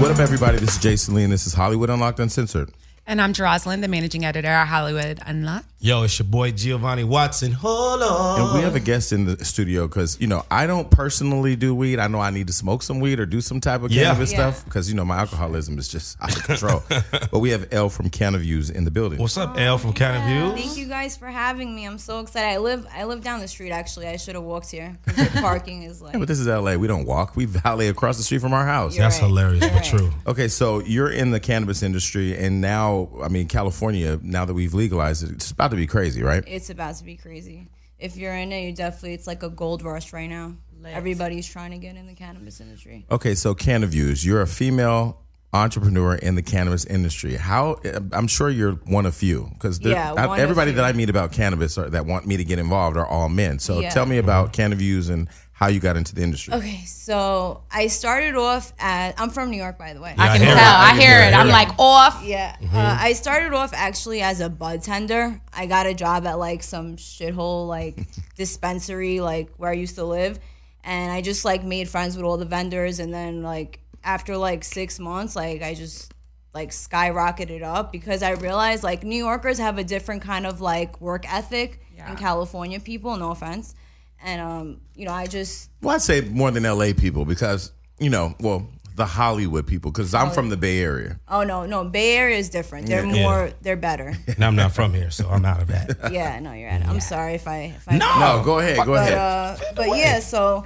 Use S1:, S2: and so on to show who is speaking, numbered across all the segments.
S1: What up, everybody? This is Jason Lee, and this is Hollywood Unlocked Uncensored.
S2: And I'm Jocelyn, the managing editor at Hollywood Unlocked.
S3: Yo, it's your boy Giovanni Watson. Hold on.
S1: And we have a guest in the studio because, you know, I don't personally do weed. I know I need to smoke some weed or do some type of
S3: Yeah.
S1: cannabis
S2: Yeah.
S1: stuff because, you know, my alcoholism is just out of control. but we have L from Canaviews in the building.
S3: What's up, L from County Views?
S4: Thank you guys for having me. I'm so excited. I live I live down the street actually. I should have walked here because the parking is like
S1: Yeah, but this is LA. We don't walk. We valet across the street from our house.
S4: You're
S3: That's
S4: right.
S3: hilarious, but true.
S1: Okay, so you're in the cannabis industry, and now, I mean, California, now that we've legalized it, it's about to be crazy, right?
S4: it's about to be crazy. If you're in it, you definitely it's like a gold rush right now. Everybody's trying to get in the cannabis industry.
S1: Okay, so Canaviews, you're a female entrepreneur in the cannabis industry. How I'm sure you're one of few because
S4: Yeah, one of
S1: everybody
S4: few.
S1: that I meet about cannabis or that want me to get involved are all men. So
S4: Yeah.
S1: tell me about Canaviews and how you got into the industry.
S4: Okay, so I started off at I'm from New York by the way.
S2: I can
S3: hear
S2: tell.
S3: it.
S2: I hear it.
S3: I
S2: I'm
S3: hear
S2: like off.
S4: Yeah. Uh, I started off actually as a bud tender. I got a job at like some shithole like dispensary like where I used to live, and I just like made friends with all the vendors, and then like after like six months, like I just like skyrocketed up because I realized like New Yorkers have a different kind of like work ethic than California people. No offense, and um, you know I just
S1: Well, I'd say more than LA people because you know, well, the Hollywood people because I'm from the Bay Area.
S4: oh no no Bay Area is different. They're
S3: Yeah.
S4: more they're better.
S3: And I'm not from here, so I'm out of that.
S4: yeah, no, you're right. I'm sorry if I if I
S1: No, go ahead, go ahead.
S4: Uh, but yeah, so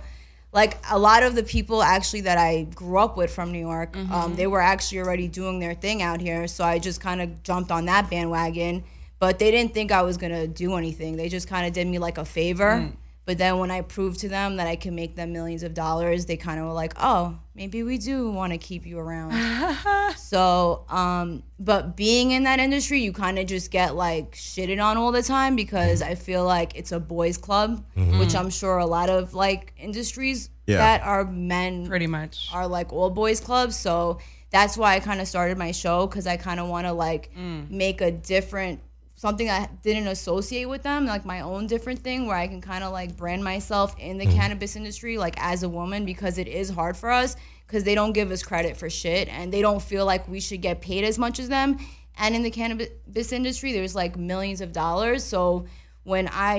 S4: like a lot of the people actually that I grew up with from New York, um, they were actually already doing their thing out here. So I just kind of jumped on that bandwagon. But they didn't think I was gonna do anything. They just kind of did me like a favor. But then when I proved to them that I can make them millions of dollars, they kind of were like, "Oh, maybe we do want to keep you around." So, um, but being in that industry, you kind of just get like shitted on all the time because I feel like it's a boys' club, which I'm sure a lot of like industries
S1: Yeah.
S4: that are men
S2: Pretty much.
S4: are like all boys clubs. So that's why I kind of started my show because I kind of want to like make a different something I didn't associate with them, like my own different thing where I can kind of like brand myself in the cannabis industry, like as a woman, because it is hard for us because they don't give us credit for shit and they don't feel like we should get paid as much as them. And in the cannabis industry, there's like millions of dollars. So when I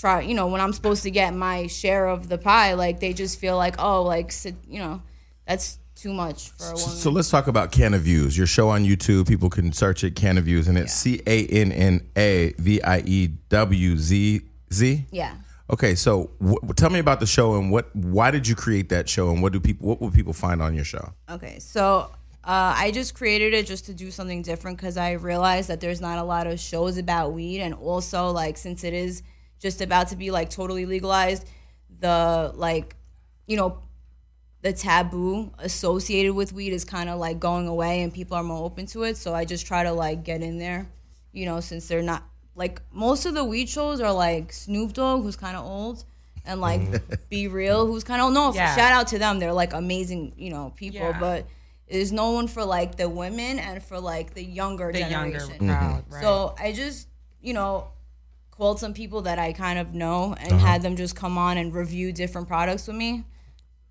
S4: try you know when i'm supposed to get my share of the pie like they just feel like oh like sit, you know that's too much for a woman
S1: So let's talk about Canaviews. Your show on YouTube, people can search it Canaviews, and it's C A N N A V I E W Z Z.
S4: yeah
S1: Okay, so wh- tell me about the show and what why did you create that show and what do people what will people find on your show?
S4: Okay, so uh, I just created it just to do something different because I realized that there's not a lot of shows about weed, and also like since it is just about to be like totally legalized, the like, you know, the taboo associated with weed is kind of like going away, and people are more open to it. So I just try to like get in there, you know, since they're not like most of the weed shows are like Snoop Dogg, who's kind of old. And like, be real. Who's kind of no?
S2: Yeah.
S4: Shout out to them. They're like amazing, you know, people people,
S2: Yeah.
S4: but there's no one for like the women and for like the younger
S2: The younger
S4: generation.
S2: crowd. Right.
S4: So I just, you know, called some people that I kind of know and had them just come on and review different products with me.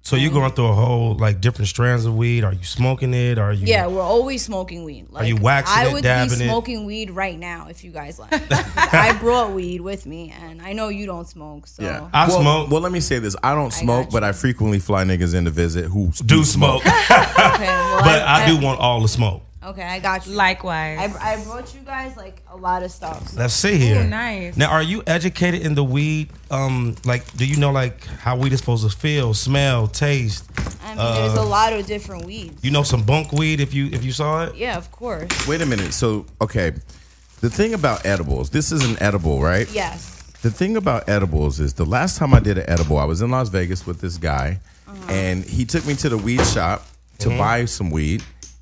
S3: So you're going through a whole like different strands of weed. Are you smoking it? Are you?
S4: Yeah, we're always smoking weed. Like,
S3: you waxing
S4: I
S3: it,
S4: would
S3: dabbing
S4: be
S3: it?
S4: smoking weed right now if you guys like. I brought weed with me, and I know you don't smoke, so
S3: I
S1: well,
S3: smoke.
S1: Well, let me say this: I don't smoke, but I frequently fly niggas in to visit who
S3: do smoke,
S4: okay. Well,
S3: but I do want all the smoke.
S4: Okay, I got you.
S2: Likewise.
S4: I, I brought you guys like a lot of stuff. so-
S3: Let's see here.
S2: nice.
S3: Now, are you educated in the weed? Um, like, do you know like how weed is supposed to feel, smell, taste?
S4: I mean,
S3: Uh,
S4: there's a lot of different weeds.
S3: You know some bunk weed if you if you saw it.
S4: yeah, of course.
S1: Wait a minute. So okay, the thing about edibles, this is an edible, right?
S4: Yes.
S1: The thing about edibles is the last time I did an edible, I was in Las Vegas with this guy,
S4: Uh-huh.
S1: and he took me to the weed shop to
S3: Mm-hmm.
S1: buy some weed.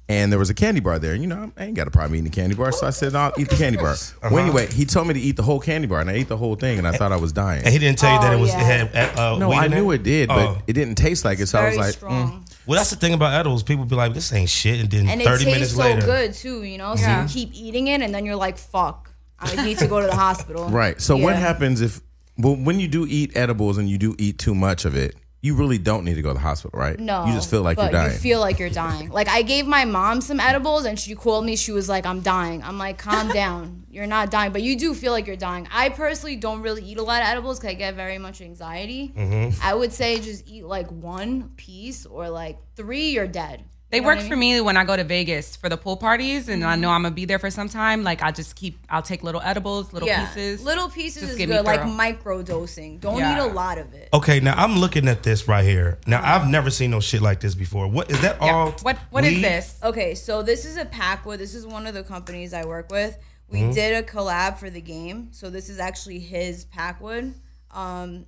S1: And there was a candy bar there. You know, I ain't got a problem eating a candy bar. So I said, I'll eat the candy bar. Well, anyway, he told me to eat the whole candy bar, and I ate the whole thing, and I thought I was dying.
S3: Uh-huh. And he didn't tell you that it
S4: Oh,
S3: was
S4: yeah.
S3: it had uh,
S1: No,
S3: weed
S1: I
S3: in
S1: knew it did, but
S3: Oh.
S1: it didn't taste like it. So I was
S4: Very
S1: like, mm.
S4: strong.
S3: Well, that's the thing about edibles. People be like, "This ain't shit," and then
S4: And it
S3: thirty minutes
S4: tastes so
S3: later,
S4: good too, you know. So you keep eating it, and then you're like, "Fuck, I need to go to the hospital."
S1: Right. So what
S4: Yeah.
S1: happens if well, when you do eat edibles and you do eat too much of it, you really don't need to go to the hospital, right?
S4: No,
S1: You just feel like
S4: but
S1: you're dying.
S4: You feel like you're dying. Like I gave my mom some edibles, and she called me. She was like, "I'm dying." I'm like, "Calm down. You're not dying, but you do feel like you're dying." I personally don't really eat a lot of edibles because I get very much anxiety.
S1: Mm-hmm.
S4: I would say just eat like one piece or like three. You're dead.
S2: They work for me when I go to Vegas for the pool parties, and I know I'm gonna be there for some time. Like I just keep, I'll take little edibles, little pieces,
S4: little pieces
S2: Just
S4: is
S2: get me
S4: good. Like
S2: thorough.
S4: micro dosing. Don't
S2: Yeah.
S4: eat a lot of it.
S3: Okay, now I'm looking at this right here. Now I've never seen no shit like this before. What is that?
S2: Yeah.
S3: All
S1: Oh,
S2: What What is
S3: weed?
S2: this?
S4: Okay, so this is a pack with this is one of the companies I work with. We
S1: Mm-hmm.
S4: did a collab for the game, so this is actually his packwood. Um,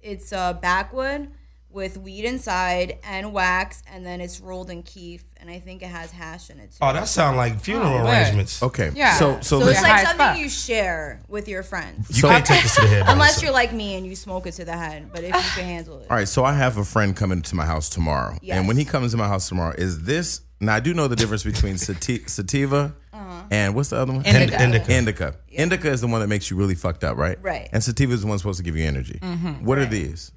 S4: it's a backwood with weed inside and wax, and then it's rolled in keef, and I think it has hash in it too.
S3: Oh, that sound like funeral
S2: word.
S3: arrangements.
S1: okay.
S2: Yeah.
S1: So so,
S4: so
S1: let's
S4: it's
S2: high
S4: like
S2: as
S4: something
S2: fuck.
S4: you share with your friends,
S3: You
S1: So-
S3: can't take this to the head.
S4: unless
S3: Melissa.
S4: you're like me and you smoke it to the head. But if you can handle it,
S1: all right, so I have a friend coming to my house tomorrow. And
S4: Yes.
S1: when he comes to my house tomorrow, is this now I do know the difference between sati- sativa
S4: Uh-huh.
S1: and what's the other one?
S2: Indica.
S3: Indica.
S1: Indica. Indica is the one that makes you really fucked up, right?
S4: Right. Mm-hmm.
S1: And sativa is the one supposed to give you energy. What are these?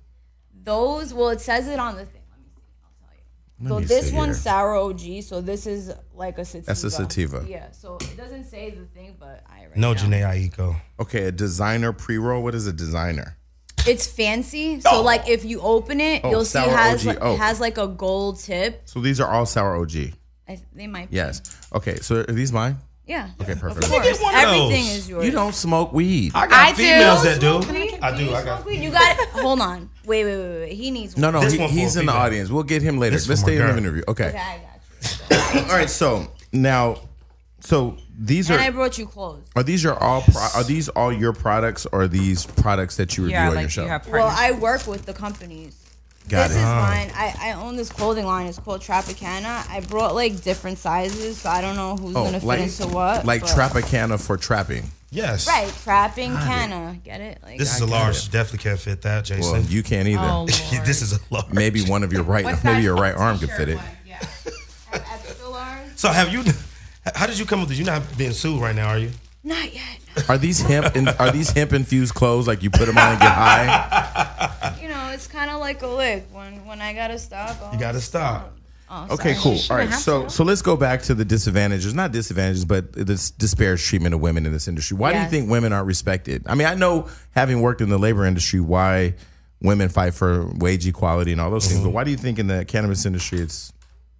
S4: those well it says it on the thing let
S1: me
S4: me see i'll tell
S1: see
S4: you so this one's
S1: here.
S4: sour og so this is like a sativa
S1: That's a sativa.
S4: yeah so it doesn't say the thing but i write
S3: no,
S4: it down.
S3: Janae Aiko.
S1: Okay, a designer pre roll. What is a designer?
S4: it's fancy so like if you open it
S1: Oh,
S4: you'll see it
S1: sour
S4: has,
S1: OG.
S4: like,
S1: Oh.
S4: it has like a gold tip
S1: So these are all sour OG.
S4: I, th- they might be.
S1: Yes. Okay, so are these mine?
S4: yeah
S1: Okay, perfect.
S4: Of course.
S3: one of
S4: everything
S3: those.
S4: is yours
S1: You don't smoke weed.
S3: I
S2: I
S3: got
S2: do.
S3: females that do.
S2: Can I get-
S3: I do. I got.
S4: you got it hold on wait wait wait wait he needs
S1: No, no,
S3: This
S1: he-
S3: one for
S1: he's
S3: a
S1: in the
S3: female.
S1: audience. We'll get him later.
S3: This
S1: Let's
S3: for my
S1: stay in the
S3: girl.
S1: interview. Okay.
S4: i got you
S1: All right. So now, so these
S4: and i
S1: are
S4: brought you clothes
S1: are these your all pro, are these all your products or are these products that you review
S2: Yeah,
S1: on
S2: like
S1: your show?
S2: you have.
S4: well
S2: partners.
S4: i work with the companies
S1: Got
S4: this
S1: it. Oh.
S4: is mine. I, I own this clothing line. It's called Tropicana. I brought like different sizes, so I don't know who's gonna
S1: Oh, like
S4: fit into what.
S1: like
S4: but-
S1: Tropicana for trapping.
S3: Yes.
S4: Right, trapping canna. Get it? Like
S3: This is a large. Definitely can't fit that, Jason.
S1: Well, you can't either.
S2: oh, Lord.
S3: this is a large.
S1: Maybe one of your right maybe your right arm could fit it.
S4: extra large.
S3: So have you? How did you come with this? You're not being sued right now, are you?
S4: Not yet.
S1: Are these hemp in, are these hemp infused clothes like you put them on and get high?
S4: You know, it's kind of like a lick. When when I gotta stop, I'll
S3: You got to stop.
S4: Oh,
S1: Okay,
S4: sorry.
S1: cool. All right, so so let's go back to the disadvantages, not disadvantages, but this disparage treatment of women in this industry. Why do you
S4: Yes.
S1: think women aren't respected? I mean, I know having worked in the labor industry, why women fight for wage equality and all those things, but why do you think in the cannabis industry it's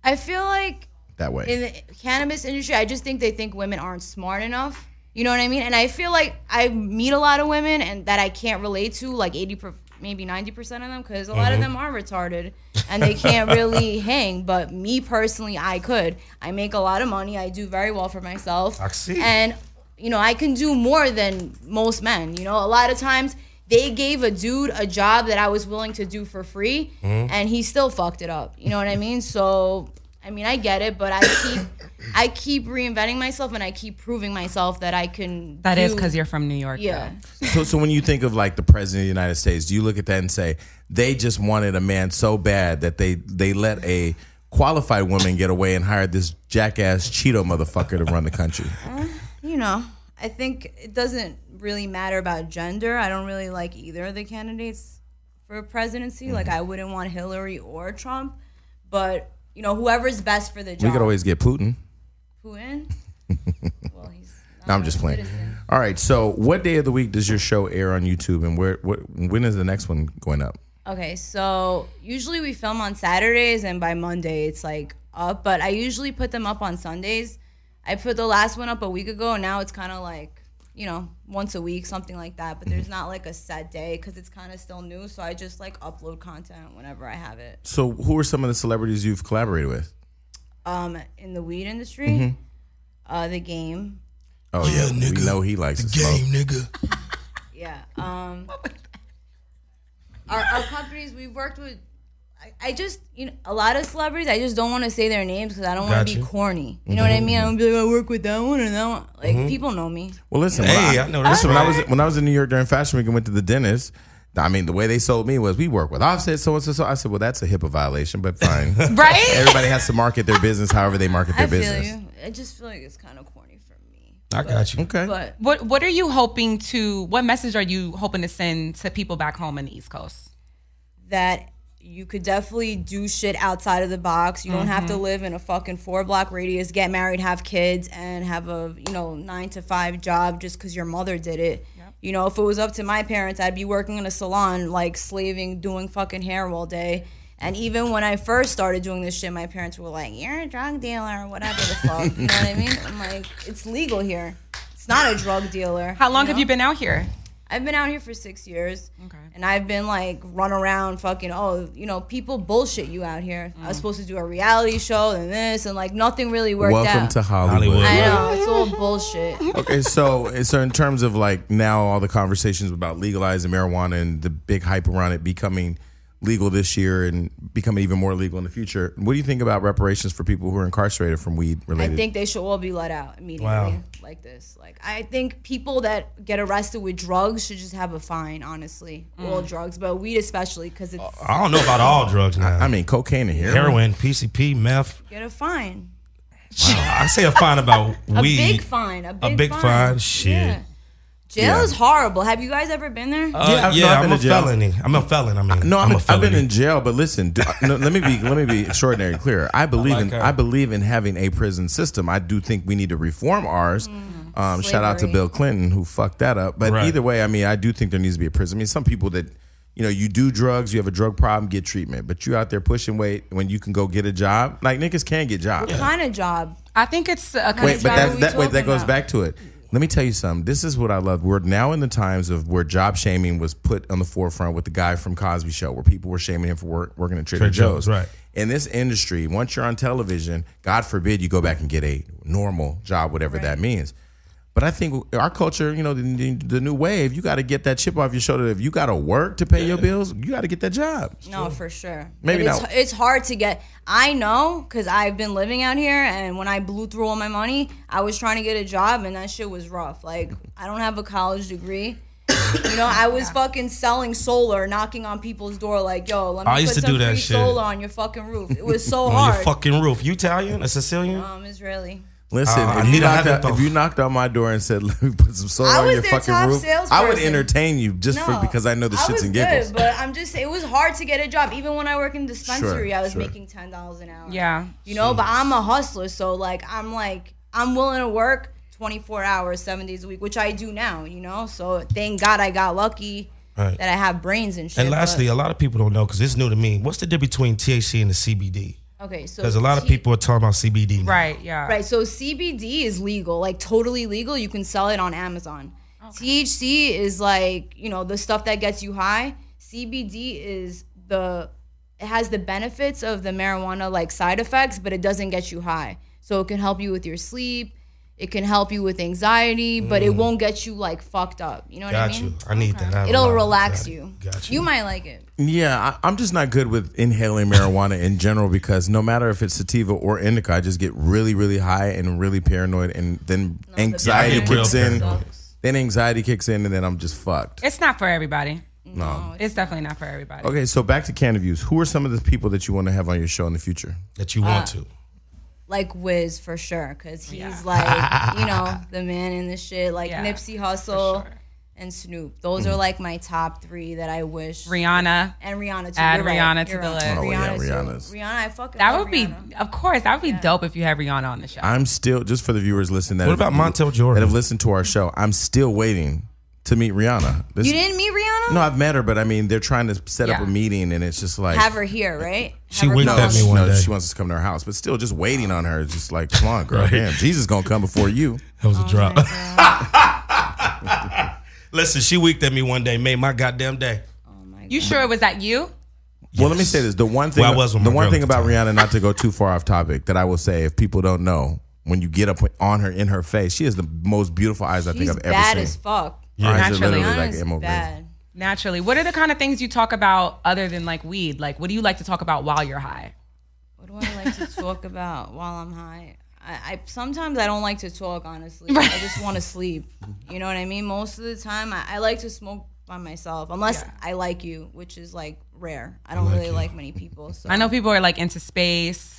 S4: I feel like
S1: that way?
S4: in the cannabis industry, I just think they think women aren't smart enough. You know what I mean? And I feel like I meet a lot of women and that I can't relate to, like 80, per, maybe 90% of them, because a lot of them are retarded and they can't really hang. But me personally, I could. I make a lot of money. I do very well for myself.
S3: I see.
S4: And, you know, I can do more than most men. You know, a lot of times they gave a dude a job that I was willing to do for free
S1: Mm-hmm.
S4: and he still fucked it up. You know what I mean? So I mean, I get it, but I keep I keep reinventing myself and I keep proving myself that I can.
S2: that is
S4: do-
S2: because you're from New York.
S4: yeah.
S1: so so when you think of like the president of the United States, do you look at that and say they just wanted a man so bad that they they let a qualified woman get away and hired this jackass Cheeto motherfucker to run the country?
S4: You know, I think it doesn't really matter about gender. I don't really like either of the candidates for presidency. Like
S1: Mm-hmm.
S4: I wouldn't want Hillary or Trump, but you know, whoever's best for the job.
S1: We could always get Putin.
S4: Putin. well, he's
S1: No, I'm just playing. All right. So, what day of the week does your show air on YouTube, and where? What, when is the next one going up?
S4: Okay, so usually we film on Saturdays and by Monday it's like up, but I usually put them up on Sundays. I put the last one up a week ago and now it's kind of like, you know, once a week, something like that, but there's not like a set day cuz it's kind of still new, so I just like upload content whenever I have it.
S1: So, who are some of the celebrities you've collaborated with?
S4: Um in the weed industry, uh the game.
S1: Oh yeah, we know he likes to smoke.
S3: nigga.
S4: Yeah. Um, our, our companies we've worked with. I, I just you know a lot of celebrities. I just don't want to say their names because I don't want to
S3: Gotcha.
S4: be corny. You know what I mean? I don't be like I work with that one or that one. Like people know me.
S1: Well, listen.
S3: Hey,
S1: when I,
S3: I know that's
S1: listen, when I
S3: right.
S1: was when I was in New York during Fashion Week and went to the dentist. I mean, the way they sold me was we work with Offset, so and so. so." I said, well, that's a HIPAA violation, but fine.
S2: Right?
S1: Everybody has to market their business however they market their
S4: I feel
S1: business.
S4: you. I just feel like it's kind of corny for me.
S3: I got you.
S1: Okay.
S4: But
S2: What What are you hoping to? What message are you hoping to send to people back home in the East Coast?
S4: that you could definitely do shit outside of the box. You don't have
S2: Mm-hmm.
S4: to live in a fucking four block radius, get married, have kids, and have a you know nine to five job just because your mother did it. You know, if it was up to my parents, I'd be working in a salon, like slaving, doing fucking hair all day. And even when I first started doing this shit, my parents were like, "You're a drug dealer, or whatever the fuck." you know what I mean? I'm like, it's legal here. It's not a drug dealer.
S2: How long
S4: know?
S2: have you been out here?
S4: I've been out here for six years.
S2: Okay.
S4: And I've been like run around fucking oh, you know, people bullshit you out here. I was supposed to do a reality show and this and like nothing really worked
S1: Welcome
S4: out.
S1: to Hollywood.
S3: Hollywood.
S4: I know, it's all bullshit.
S1: okay, so so in terms of like now all the conversations about legalizing marijuana and the big hype around it becoming legal this year and becoming even more legal in the future, what do you think about reparations for people who are incarcerated from weed
S4: I
S1: related?
S4: think they should all be let out immediately.
S3: Wow.
S4: Like this. Like I think people that get arrested with drugs should just have a fine, honestly. All drugs, but weed especially cuz it's
S1: Uh,
S3: I don't know about all drugs now.
S1: I mean, cocaine and heroin.
S3: heroin, PCP, meth.
S4: get a fine.
S3: I say a fine about
S4: A
S3: weed.
S4: big fine, a big,
S3: big
S4: fine.
S3: fine? Shit.
S4: Yeah. Jail
S1: Yeah.
S4: is horrible. Have you guys ever been there?
S3: Uh,
S1: Yeah,
S3: yeah,
S1: I've- no, I've
S3: I'm
S1: been
S3: a
S1: to jail.
S3: felony. I'm a felon. I mean,
S1: No,
S3: I'm
S1: I've
S3: a
S1: been, I've
S3: felony.
S1: been in jail, but listen, do, no, let me be let me be extraordinary and clear. I believe in
S3: her.
S1: I believe in having a prison system. I do think we need to reform ours.
S3: Mm-hmm.
S1: Um, shout out to
S4: Slavery.
S1: Bill Clinton who fucked that up. But
S3: Right.
S1: either way, I mean, I do think there needs to be a prison. I mean, some people that you know, you do drugs, you have a drug problem, get treatment, but you out there pushing weight when you can go get a job. Like niggas can get jobs.
S4: What kind of job?
S2: I think it's a kind
S1: Wait,
S2: of
S1: but
S4: job
S1: that's,
S4: are we
S1: that wait, that
S4: talking
S1: goes
S4: about?
S1: back to it. Let me tell you something. This is what I love. We're now in the times of where job shaming was put on the forefront with the guy from Cosby Show, where people were shaming him for work, working at Trader,
S3: Trader
S1: Joe's.
S3: Joe's, right.
S1: In this industry, once you're on television, God forbid you go back and get a normal job, whatever that means. But I think our culture, you know, the, the, the new wave, you got to get that chip off your shoulder. If you got to work to pay your bills, you got to get that job.
S4: No, for sure.
S1: Maybe
S4: But it's,
S1: not-
S4: It's hard to get. I know because I've been living out here, and when I blew through all my money, I was trying to get a job, and that shit was rough. Like I don't have a college degree. You know, I was fucking selling solar, knocking on people's door, like, "Yo, let me
S3: I
S4: put
S3: used to
S4: some
S3: do that
S4: free
S3: shit.
S4: solar on your fucking roof." It was so
S3: on your
S4: hard.
S3: fucking roof. You Italian? A Sicilian?
S4: um, Israeli.
S1: Listen,
S3: Uh, I
S1: if, you
S3: need to
S1: knocked
S3: have it
S1: on,
S3: though.
S1: if you knocked on my door and said, "Let me put some solar
S4: I
S1: on
S4: was
S1: your
S4: their
S1: fucking
S4: top
S1: roof," I would
S4: salesperson.
S1: entertain you just for because I know the shits
S4: was
S1: and giggles.
S4: Good, but I'm just saying it was hard to get a job. Even when I work in dispensary, I was
S1: sure.
S4: making ten dollars an hour.
S2: yeah.
S4: you know but i'm a hustler so like i'm like i'm willing to work 24 hours seven days a week which i do now you know so thank god i got lucky
S3: Right.
S4: that i have brains and shit
S3: and lastly,
S4: but-
S3: a lot of people don't know because it's new to me. What's the difference between THC and the CBD?
S4: okay so
S3: Because a lot of
S4: T-
S3: people are talking about CBD. now.
S2: Right. Yeah.
S4: right so cbd is legal like totally legal you can sell it on amazon thc is like you know the stuff that gets you high cbd is the it has the benefits of the marijuana like side effects, but it doesn't get you high. So it can help you with your sleep, it can help you with anxiety, but it won't get you like fucked up. You know
S3: Mm.
S4: what
S3: Got
S4: I
S3: you.
S4: mean?
S3: I need that. I have a lot
S4: It'll
S3: of
S4: relax
S3: anxiety.
S4: you.
S3: Got you.
S4: You might like it.
S1: Yeah, I, I'm just not good with inhaling marijuana in general because no matter if it's sativa or indica, I just get really, really high and really paranoid, and then anxiety
S3: Yeah, I get real
S1: kicks in.
S3: paranoid.
S1: Then anxiety kicks in, and then I'm just fucked.
S2: It's not for everybody.
S1: No.
S2: It's definitely not for everybody.
S1: Okay, so back to can views. Who are some of the people that you want to have on your show in the future?
S3: that you want to.
S4: Like Wiz for sure, because he's like, you know, the man in the shit, like
S2: Yeah,
S4: Nipsey Hussle
S2: sure.
S4: and Snoop. Those are like my top three that I wish.
S2: Rihanna.
S4: and Rihanna too.
S2: Add
S4: You're right.
S2: Rihanna to
S4: You're
S2: the
S4: right.
S2: list. Oh,
S1: yeah,
S4: Rihanna too.
S1: Rihanna's-
S4: Rihanna, I fucking
S2: That
S4: love
S2: would be,
S4: Rihanna.
S2: of course, that would be dope if you had Rihanna on the show.
S1: I'm still just for the viewers listening. That
S3: What about
S1: have-
S3: Montel Jordan?
S1: That have listened to our show. I'm still waiting to meet Rihanna. This-
S4: You didn't meet Rihanna?
S1: No, I've met her, but I mean, they're trying to set up
S2: Yeah.
S1: a meeting, and it's just like
S4: have her here, right?
S3: She
S4: Have her
S3: winked
S4: come
S3: at
S4: on
S3: me
S4: the-
S3: one
S1: no,
S3: day.
S1: she wants us to come to her house, but still just waiting on her. It's Just like, come on, girl,
S3: Right.
S1: damn, Jesus gonna come before you.
S3: That was a drop. Listen, she winked at me one day, made my goddamn day.
S2: you sure it was that you?
S1: Well, let me say this: the one thing,
S3: Well, I was with
S1: the
S3: my
S1: one
S3: girl
S1: thing
S3: at the
S1: about Rihanna, not to go too far off topic, that I will say, if people don't know, when you get up on her in her face, she has the most beautiful eyes I think
S4: She's
S1: I've
S4: bad
S1: ever
S4: as
S1: seen.
S4: fuck.
S1: Or is it
S2: Naturally.
S1: literally like
S4: Marijuana is
S1: ammo grade?
S4: bad.
S2: Naturally. What are the kind of things you talk about other than like weed? Like, what do you like to talk about while you're high?
S4: What do I like to talk about while I'm high? I, I sometimes I don't like to talk honestly. I just want to sleep. You know what I mean? Most of the time, I, I like to smoke by myself unless I like you, which is like rare. I don't really like many people. So
S2: I know people are like into space.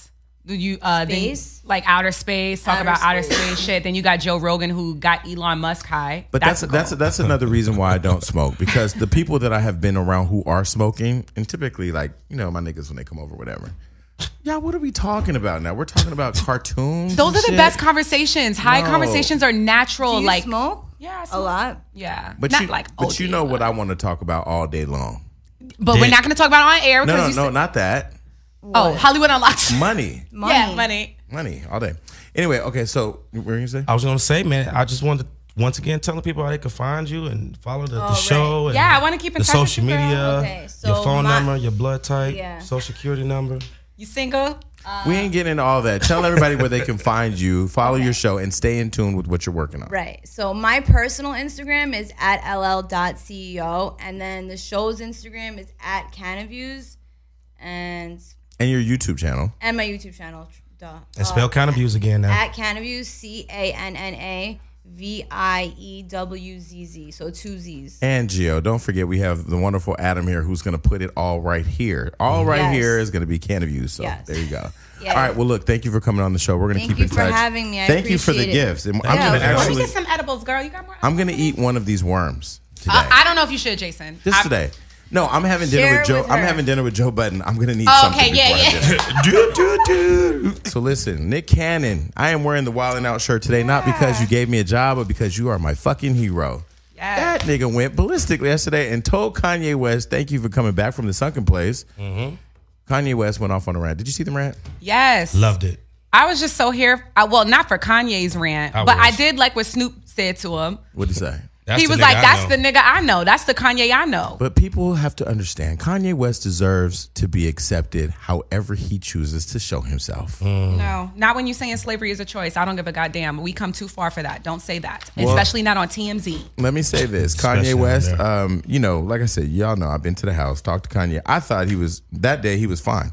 S2: Do You uh, then-
S4: Space?
S2: like outer space, talk
S4: Outer
S2: about outer
S4: space.
S2: space shit. Then you got Joe Rogan who got Elon Musk high.
S1: But that's that's that's, another reason why I don't smoke because the people that I have been around who are smoking and typically like you know my niggas when they come over whatever. Yeah, what are we talking about now? We're talking about cartoons.
S2: those
S1: and
S2: are the
S1: shit.
S2: best conversations. High
S1: No.
S2: conversations are natural.
S4: Do you
S2: like
S4: smoke?
S2: Yeah, I
S4: a
S2: smoke.
S4: lot.
S2: yeah,
S1: But
S2: not
S1: you,
S2: like
S1: but
S2: OD,
S1: you know what I want to talk about all day long.
S2: But we're not going to talk about it on air
S1: No,
S2: because
S1: no,
S2: you
S1: no,
S2: said-
S1: not that.
S2: oh Hollywood Unlocked.
S1: Money,
S4: Money.
S2: Yeah, money.
S1: money, all day. Anyway, okay. So what were you gonna say?
S3: I was gonna say, man, I just wanted to once again telling people how they could find you and follow the, the
S4: right.
S3: show. And
S2: Oh, Yeah, I wanna keep in
S3: the
S2: touch with
S3: social
S2: you, girl.
S3: media,
S4: Okay,
S3: your
S4: so
S3: phone
S4: my-
S3: number, your blood type,
S4: Yeah.
S3: social security number.
S2: You single?
S1: we ain't getting into all that. Tell everybody where they can find you, follow your show, and stay in tune with what you're working on.
S4: Right. So my personal Instagram is at ll.ceo, E and then the show's Instagram is at Canaviews, and
S1: And your YouTube channel.
S4: and my YouTube channel. Duh.
S2: Oh,
S3: And spell kind of views again now.
S4: at Canaviews, C A N N A V I E W Z Z. So two Z's.
S1: And Gio, don't forget we have the wonderful Adam here who's going to put it all right here. All right
S4: Yes.
S1: here is going to be can of you. So
S4: Yes.
S1: there you go.
S4: Yes.
S1: All right. Well, look, thank you for coming on the show. We're going to
S4: Thank
S1: keep
S4: you
S1: in
S4: for
S1: touch.
S4: having me. I
S1: thank you for the
S4: appreciate it.
S1: gifts. And
S3: Yeah,
S1: I'm going to
S3: of course.
S2: Let me
S1: actually,
S2: get some edibles, girl. You got more?
S1: I'm going to eat one of these worms
S4: Uh,
S1: today.
S2: I, I don't know if you should, Jason.
S1: Just
S2: I-
S1: today. No, I'm having dinner
S4: Share
S1: with Joe.
S4: with
S1: I'm
S4: her.
S1: having dinner with Joe Button. I'm going to need
S2: Oh,
S1: something
S2: okay, yeah,
S1: before I
S2: yeah.
S1: do it. So listen, Nick Cannon, I am wearing the Wild and Out shirt today, not because you gave me a job, but because you are my fucking hero.
S2: Yes.
S1: That nigga went ballistic yesterday and told Kanye West, "Thank you for coming back from the sunken place." Kanye West went off on a rant. Did you see the rant?
S2: Yes.
S3: Loved it.
S2: I was just so here. I, well, not for Kanye's rant,
S3: I
S2: but I
S3: was.
S2: did like what Snoop said to him.
S1: What did he say?
S3: That's
S2: he
S3: the
S2: was
S3: nigga
S2: like,
S3: I
S2: "That's
S3: know.
S2: the nigga I know. That's the Kanye I know."
S1: But people have to understand, Kanye West deserves to be accepted, however he chooses to show himself.
S3: Uh.
S2: No, not when you saying slavery is a choice. I don't give a goddamn. We come too far for that. Don't say that, especially not on TMZ.
S1: Let me say this,
S3: Especially
S1: Kanye
S3: on
S1: West.
S3: there.
S1: Um, you know, like I said, y'all know I've been to the house, talked to Kanye. I thought he was that day. He was fine.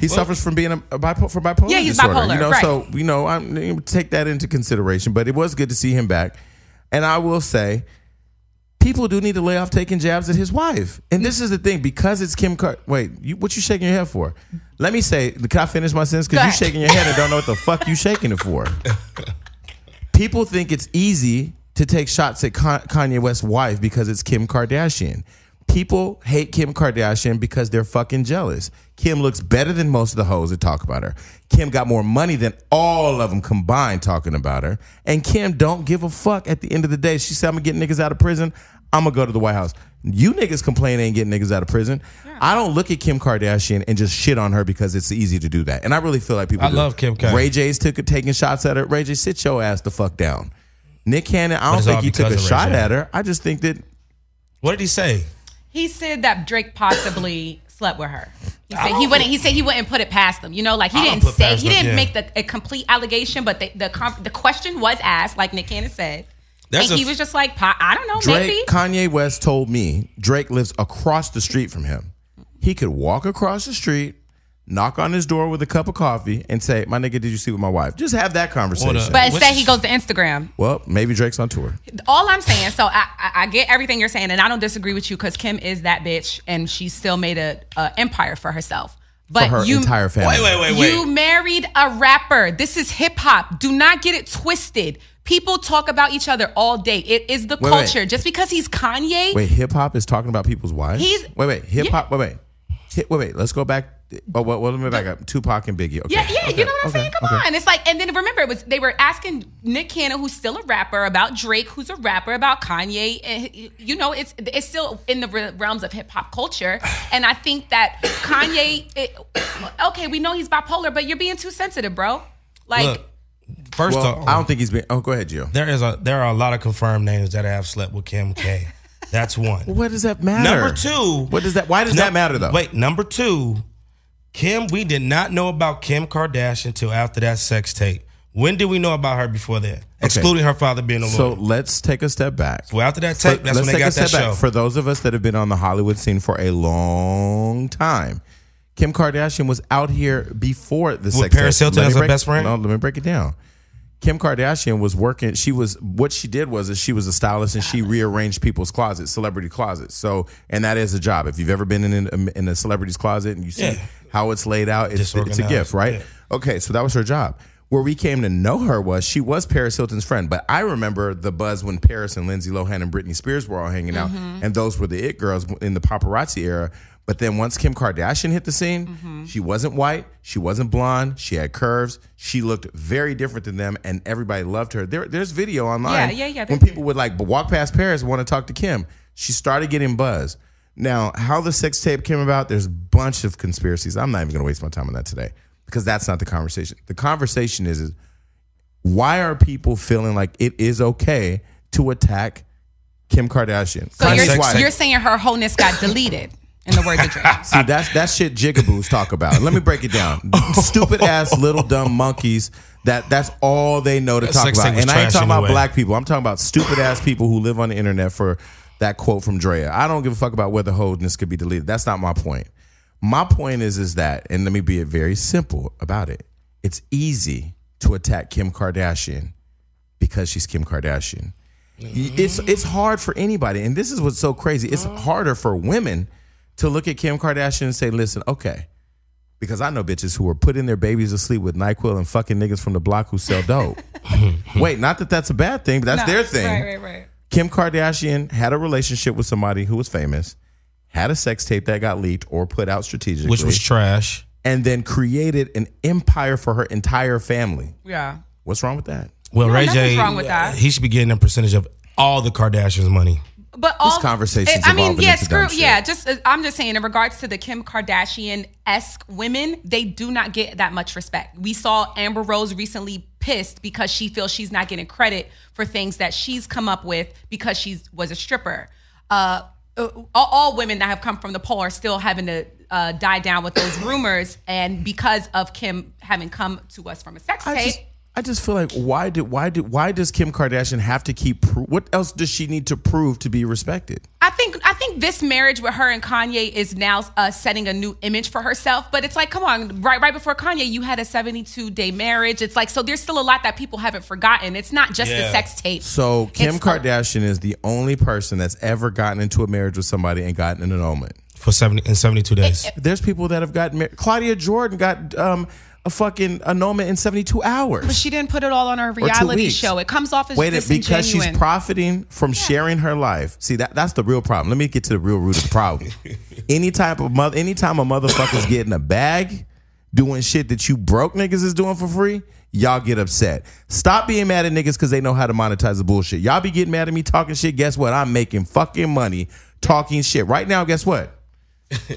S1: He suffers from being a, a bipolar, from bipolar
S2: Yeah, he's
S1: disorder.
S2: bipolar,
S1: you know,
S2: right.
S1: so you know, I'm you know, take that into consideration. But it was good to see him back, and I will say, people do need to lay off taking jabs at his wife. And this is the thing because it's Kim. Car- Wait, you, what you shaking your head for? Let me say, can I finish my sentence?
S2: Go
S1: Because you
S2: ahead.
S1: shaking your head and don't know what the fuck you shaking it for. people think it's easy to take shots at Con- Kanye West's wife because it's Kim Kardashian. People hate Kim Kardashian because they're fucking jealous. Kim looks better than most of the hoes that talk about her. Kim got more money than all of them combined talking about her. And Kim don't give a fuck at the end of the day. She said, I'm gonna get niggas out of prison. I'm gonna go to the White House. You niggas complain they ain't getting niggas out of prison. I don't look at Kim Kardashian and just shit on her because it's easy to do that. And I really feel like people
S3: I
S1: do.
S3: love Kim K.
S1: Ray J's took taking shots at her. Ray J, sit your ass the fuck down. Nick Cannon, I don't
S3: it's
S1: think
S3: all
S1: he took a
S3: because of Ray
S1: shot
S3: J.
S1: at her. I just think that
S3: What did he say?
S2: He said that Drake possibly slept with her. He said he wouldn't. He said he wouldn't put it past them. You know, like he
S3: I don't
S2: didn't
S3: put
S2: say
S3: past
S2: he
S3: them,
S2: didn't
S3: yeah.
S2: make the a complete allegation, but the the, comp, the question was asked, like Nick Cannon said,
S3: That's
S2: and
S3: a
S2: he
S3: f-
S2: was just like, "Pa- "I don't know,
S1: Drake,
S2: maybe."
S1: Kanye West told me Drake lives across the street from him. He could walk across the street, knock on his door with a cup of coffee, and say, "My nigga, did you see with my wife?" Just have that conversation.
S3: What up?
S2: but
S3: Which-
S2: instead, he goes to Instagram.
S1: well, maybe Drake's on tour.
S2: All I'm saying, so I, I, I get everything you're saying, and I don't disagree with you because Kim is that bitch, and she still made a, a empire for herself. But
S1: for her
S2: you,
S1: entire family.
S3: Wait, wait, wait, wait.
S2: You married a rapper. This is hip hop. Do not get it twisted. People talk about each other all day. It is the
S1: Wait, wait.
S2: culture. Just because he's Kanye,
S1: Wait, hip hop is talking about people's wives.
S2: He's-
S1: wait, wait, hip hop. Wait, wait, Hip- wait, wait. Let's go back. Oh, well, well, let me back up. Tupac and Biggie. Okay.
S2: Yeah, yeah,
S1: Okay,
S2: you know what I'm
S1: okay,
S2: saying? Come
S1: okay.
S2: on. It's like, and then remember, it was they were asking Nick Cannon, who's still a rapper, about Drake, who's a rapper, about Kanye, and you know, it's it's still in the re- realms of hip hop culture, and I think that Kanye, it, okay, we know he's bipolar, but you're being too sensitive, bro. Like,
S3: Look, first
S1: Well,
S3: off,
S1: I don't think he's been. Oh, go ahead, Jill.
S3: there is a there are a lot of confirmed names that have slept with Kim K. That's one.
S1: What does that matter?
S3: Number two.
S1: What does that? Why does
S3: No-
S1: that matter though?
S3: Wait, number two, Kim, we did not know about Kim Kardashian till after that sex tape. When did we know about her before that? Excluding her father being a lawyer.
S1: So let's take a step back.
S3: well, after that tape, that's
S1: let's
S3: when they
S1: take
S3: got
S1: a step
S3: that show.
S1: back. For those of us that have been on the Hollywood scene for a long time, Kim Kardashian was out here before the sex.
S3: Paris
S1: tape.
S3: Hilton
S1: Let me
S3: as her
S1: break-
S3: best friend?
S1: No, let me break it down. Kim Kardashian was working. She was what she did was is she was a stylist and she rearranged people's closets, celebrity closets. So, and that is a job. If you've ever been in an, in a celebrity's closet and you see
S3: Yeah.
S1: how it's laid out, it's, it's a
S3: Disorganized,
S1: gift, right?
S3: yeah.
S1: Okay, so that was her job. Where we came to know her was she was Paris Hilton's friend, but I remember the buzz when Paris and Lindsay Lohan and Britney Spears were all hanging out,
S2: Mm-hmm.
S1: and those were the it girls in the paparazzi era. But then once Kim Kardashian hit the scene,
S2: Mm-hmm.
S1: she wasn't white, she wasn't blonde, she had curves, she looked very different than them, and everybody loved her. There, there's video online.
S2: Yeah, yeah, yeah,
S1: When
S2: they-
S1: people would like walk past Paris and want to talk to Kim, she started getting buzz. Now, how the sex tape came about, there's a bunch of conspiracies. I'm not even going to waste my time on that today because that's not the conversation. The conversation is, is why are people feeling like it is okay to attack Kim Kardashian? That's
S2: So
S3: Context-
S2: you're,
S1: why-
S2: you're saying her wholeness got deleted in the words of Drake.
S1: See, that's that shit jigaboos talk about. Let me break it down.
S3: Oh.
S1: Stupid ass little dumb monkeys. That that's all they know to
S3: That
S1: talk
S3: sex
S1: about.
S3: thing was
S1: And I ain't
S3: trash
S1: talking about
S3: anyway.
S1: black people. I'm talking about stupid ass people who live on the internet for that quote from Drea. I don't give a fuck about whether holdness could be deleted. That's not my point. My point is is that, and let me be very simple about it. It's easy to attack Kim Kardashian because she's Kim Kardashian. It's
S3: Mm-hmm.
S1: it's hard for anybody, and this is what's so crazy. It's
S3: Uh-huh.
S1: harder for women to look at Kim Kardashian and say, "Listen, okay," because I know bitches who are putting their babies to sleep with Nyquil and fucking niggas from the block who sell dope. Wait, not that that's a bad thing, but that's
S2: No,
S1: their thing.
S2: Right, right, right.
S1: Kim Kardashian had a relationship with somebody who was famous, had a sex tape that got leaked or put out strategically,
S3: which was trash.
S1: and then created an empire for her entire family.
S2: Yeah.
S1: What's wrong with that?
S3: Well, Ray J,
S2: nothing's wrong with that.
S3: he should be getting a percentage of all the Kardashians' money.
S2: But all
S1: conversation's
S2: I mean,
S1: evolving
S2: yeah,
S1: into dumb
S2: screw,
S1: shit.
S2: yeah. Just uh, I'm just saying, in regards to the Kim Kardashian esque women, they do not get that much respect. We saw Amber Rose recently pissed because she feels she's not getting credit for things that she's come up with because she was a stripper. Uh, uh, all, all women that have come from the pole are still having to uh, die down with those rumors, and because of Kim having come to us from a sex
S1: I
S2: tape.
S1: just, I just feel like why did why did why does Kim Kardashian have to keep? Pro- what else does she need to prove to be respected?
S2: I think I think this marriage with her and Kanye is now uh, setting a new image for herself. But it's like, come on, right right before Kanye, you had a seventy two day marriage. It's like so there's still a lot that people haven't forgotten. It's not just the
S3: Yeah.
S2: sex tape.
S1: So Kim
S2: It's-
S1: Kardashian is the only person that's ever gotten into a marriage with somebody and gotten an annulment.
S3: for 70 in 72 days.
S1: There's people that have gotten married. Claudia Jordan got um, a fucking annulment in 72 hours.
S2: But she didn't put it all on her
S1: or two
S2: reality
S1: weeks.
S2: show. It comes off as
S1: Wait, a- because
S2: disingenuous.
S1: she's profiting from sharing her life. See, that that's the real problem. Let me get to the real root of the problem. any type of mother, anytime a motherfucker's getting a bag, doing shit that you broke niggas is doing for free, y'all get upset. Stop being mad at niggas because they know how to monetize the bullshit. Y'all be getting mad at me talking shit. Guess what? I'm making fucking money talking shit right now. Guess what?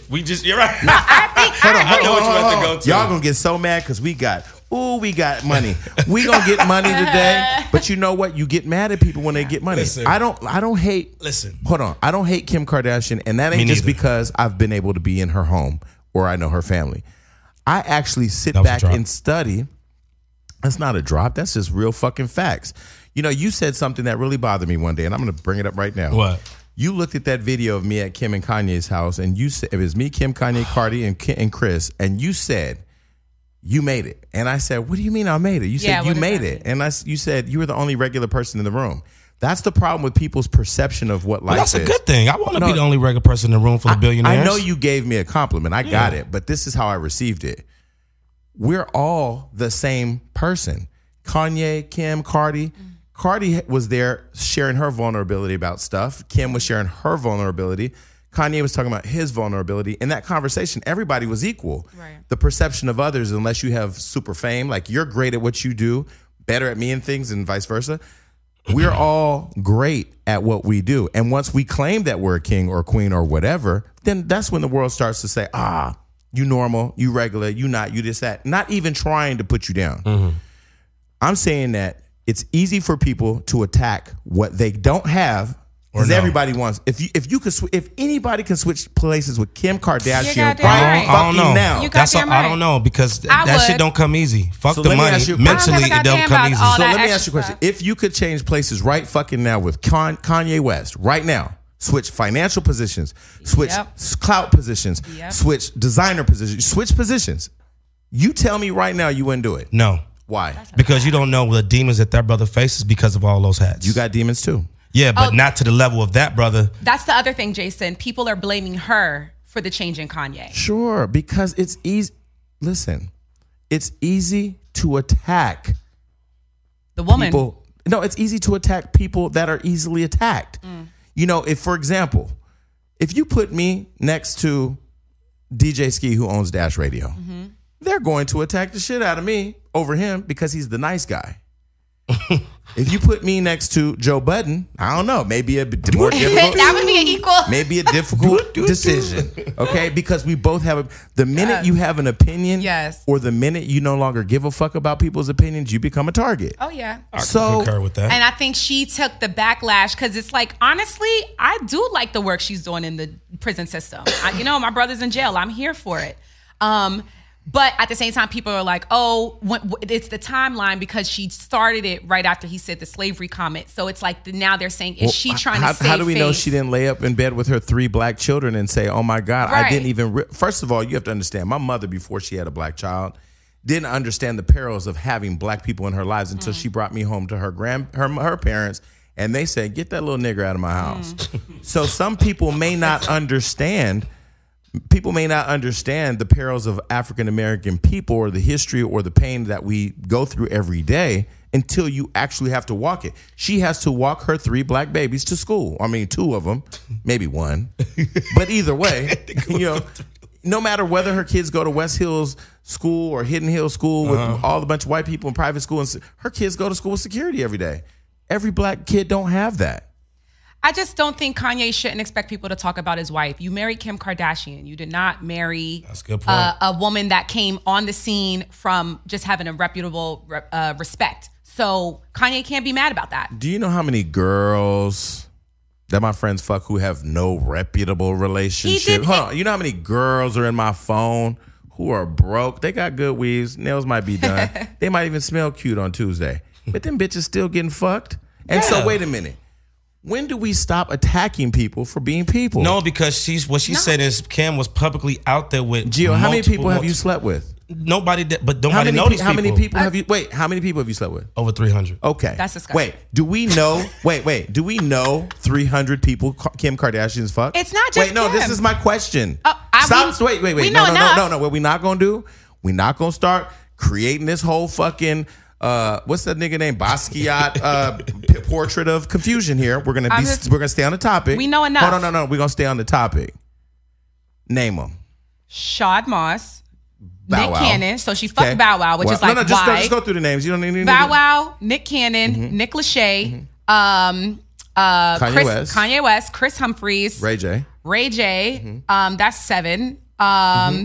S3: We just, you're right.
S2: I think I,
S3: I know what you're about to
S1: Hold on.
S3: go to.
S1: Y'all gonna get so mad because we got. Ooh, we got money. We gonna get money today. But you know what? You get mad at people when they get money.
S3: Listen.
S1: I don't. I don't hate.
S3: Listen.
S1: Hold on. I don't hate Kim Kardashian, and that ain't just
S3: neither.
S1: because I've been able to be in her home or I know her family. I actually sit
S3: That was a
S1: back
S3: drop.
S1: and study. That's not a drop. That's just real fucking facts. You know, you said something that really bothered me one day, and I'm gonna bring it up right now.
S3: What?
S1: You looked at that video of me at Kim and Kanye's house, and you said it was me, Kim, Kanye, Cardi, and Ki- and Chris, and you said you made it, and I said, "What do you mean I made it?" You said
S2: Yeah, what
S1: you
S2: does
S1: made
S2: that
S1: it, and I s- you said you were the only regular person in the room. That's the problem with people's perception of what life
S3: Well, that's
S1: is.
S3: a good thing. I want to
S1: No.
S3: be the only regular person in the room for the billionaires.
S1: I know you gave me a compliment. I got it, but this is how I received it. We're all the same person. Kanye, Kim, Cardi. Cardi was there sharing her vulnerability about stuff. Kim was sharing her vulnerability. Kanye was talking about his vulnerability. In that conversation, everybody was equal.
S2: Right.
S1: The perception of others, unless you have super fame, like you're great at what you do, better at me and things, and vice versa we're all great at what we do. And once we claim that we're a king or queen or whatever, then that's when the world starts to say, ah, you normal, you regular, you not, you this, that, not even trying to put you down.
S3: Mm-hmm.
S1: I'm saying that it's easy for people to attack what they don't have
S3: Or
S1: Because
S3: no?
S1: everybody wants if you if you could sw- if anybody can switch places with Kim Kardashian right,
S2: goddamn right.
S3: I don't
S1: fucking
S3: know.
S1: now.
S2: You got
S3: That's all,
S2: goddamn
S3: I don't
S2: right.
S3: know because th-
S2: I
S3: that
S2: would.
S3: shit don't come easy. Fuck
S1: So
S3: the
S1: let me
S3: money.
S1: ask you a question.
S3: Mentally,
S2: I don't give a
S3: it don't
S2: goddamn
S3: come
S2: about
S3: easy.
S2: all
S3: So
S1: so
S2: that
S1: let me ask you a
S2: extra
S1: question:
S2: stuff.
S1: If you could change places right fucking now with Con- Kanye West right now, switch financial positions, switch
S2: Yep.
S1: s- clout positions,
S2: Yep.
S1: switch designer positions, switch positions. You tell me right now you wouldn't do it.
S3: no,
S1: Why?
S3: because you don't know the demons that that brother faces because of all those hats.
S1: You got demons too.
S3: yeah, but
S2: Oh.
S3: not to the level of that brother.
S2: That's the other thing, Jason. People are blaming her for the change in Kanye.
S1: Sure, because it's easy. Listen, it's easy to attack
S2: The woman.
S1: people. No, it's easy to attack people that are easily attacked.
S2: Mm.
S1: You know, if for example, if you put me next to DJ Ski, who owns Dash Radio,
S2: Mm-hmm.
S1: they're going to attack the shit out of me over him because he's the nice guy. if you put me next to Joe Budden, I don't know, maybe a bit more difficult.
S2: that would be an equal.
S1: Maybe a difficult decision, okay? Because we both have a. The minute you have an opinion,
S2: Yes.
S1: or the minute you no longer give a fuck about people's opinions, you become a target.
S2: Oh yeah.
S1: so
S3: Concur with that.
S2: And I think she took the backlash because it's like, honestly, I do like the work she's doing in the prison system. I, you know, my brother's in jail. I'm here for it. Um, but at the same time, people are like, oh, when, w- it's the timeline because she started it right after he said the slavery comment. So it's like the, now they're saying, is she
S1: Well,
S2: trying
S1: how,
S2: to save
S1: how do we know
S2: face?
S1: she didn't lay up in bed with her three black children and say, "Oh my God, I
S2: Right.
S1: didn't even." Re-. First of all, you have to understand, my mother before she had a black child didn't understand the perils of having black people in her lives until
S2: Mm.
S1: she brought me home to her grand her her parents. And they said, "Get that little nigger out of my house."
S2: Mm.
S1: so some people may not understand. People may not understand the perils of African American people, or the history, or the pain that we go through every day until you actually have to walk it. She has to walk her three black babies to school. I mean, two of them, maybe one, but either way, you know, no matter whether her kids go to West Hills School or Hidden Hill School with all the bunch of white people in private school, and s- her kids go to school with security every day. Every black kid don't have that.
S2: I just don't think Kanye shouldn't expect people to talk about his wife. You married Kim Kardashian. You did not marry
S3: That's a good point.
S2: uh, a woman that came on the scene from just having a reputable re- uh, respect. So Kanye can't be mad about that.
S1: Do you know how many girls that my friends fuck who have no reputable relationship?
S2: didn't-
S1: Hold on. You know how many girls are in my phone who are broke? They got good weaves, nails might be done. they might even smell cute on Tuesday. But them bitches still getting fucked. And so wait a minute. When do we stop attacking people for being people?
S3: No, because she's what she said is Kim was publicly out there with.
S1: Gio, how many
S3: multiple-
S1: people have you slept with?
S3: Nobody, did, but
S1: How
S3: nobody
S1: many,
S3: noticed.
S1: pe- how many people have you wait, how many people have you slept with?
S3: Over three hundred.
S1: Okay.
S2: That's disgusting.
S1: Wait, do we know? Wait, wait. Do we know 300 people Ka- Kim Kardashian's fuck?
S2: It's not just
S1: Wait, no, this
S2: Kim.
S1: is my question.
S2: Oh, I-
S1: Stop.
S2: we-
S1: wait, wait, wait.
S2: we
S1: no,
S2: know
S1: no, no, no,
S2: enough.
S1: no. What we not going to do, we not going to start creating this whole fucking. Uh, what's that nigga name? Basquiat uh, p- portrait of confusion. Here, we're gonna be,
S2: I'm just-
S1: we're gonna stay on the topic.
S2: We know enough.
S1: No, no, no, no. We're gonna stay on the topic. Name them.
S2: Shad Moss,
S1: Bow
S2: Nick
S1: Wow.
S2: Cannon. So she fucked Bow Wow, which is like
S1: no, no, just,
S2: why
S1: no, just go through the names. You don't need any
S2: Bow Wow, Nick Cannon, Nick Lachey, um, uh,
S1: Kanye
S2: Chris,
S1: West.
S2: Kanye West, Chris Humphries,
S1: Ray Mm-hmm. J.
S2: Ray J. Um, that's seven. Um,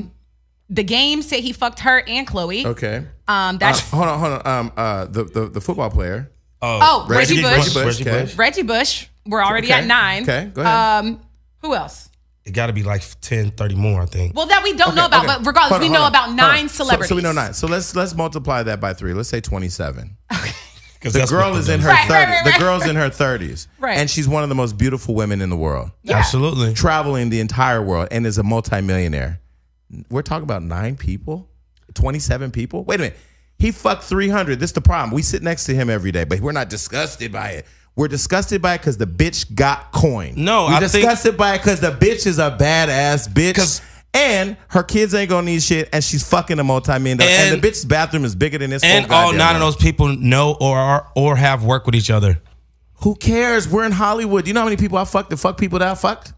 S2: The game said he fucked her and Chloe.
S1: Mm-hmm. Okay.
S2: Um,
S1: Uh,
S2: that's
S1: hold on, hold on. Um, uh, the, the the football player.
S2: oh Reggie,
S3: Reggie
S2: Bush.
S3: Bush. Reggie
S1: okay.
S3: Bush.
S2: Reggie Bush. We're already
S1: Uh, Okay.
S2: at nine.
S1: Okay, go ahead.
S2: Um, who else?
S3: It got to be like 10, 30 more. I think.
S2: Well, that we don't know
S1: Okay,
S2: about,
S1: okay.
S2: but regardless,
S1: Hold on,
S2: Oh, we
S1: hold
S2: know
S1: on,
S2: about
S1: hold on.
S2: nine
S1: So-
S2: celebrities.
S1: So, we know nine. So let's let's multiply that by three. Let's say twenty-seven.
S3: Because
S1: The girl is in her
S2: Right, right,
S1: thirties.
S2: right, right.
S1: The girl's in her thirties,
S2: Right.
S1: and she's one of the most beautiful women in the world,
S3: Absolutely.
S1: traveling the entire world, and is a multimillionaire. We're talking about nine people, twenty-seven people. Wait a minute. He fucked three hundred. This the problem. We sit next to him every day, but we're not disgusted by it. We're disgusted by it because the bitch got coin.
S3: No,
S1: we're
S3: I think-
S1: disgusted by it because the bitch is a badass bitch.
S3: 'Cause-
S1: And her kids ain't gonna need shit, and she's fucking a multi-million dollar. And,
S3: And-
S1: the bitch's bathroom is bigger than this.
S3: And
S1: whole
S3: all
S1: Oh, goddamn
S3: nine of
S1: room.
S3: those people know or are or have worked with each other.
S1: Who cares? We're in Hollywood. You know how many people I fucked that fuck people that I fucked?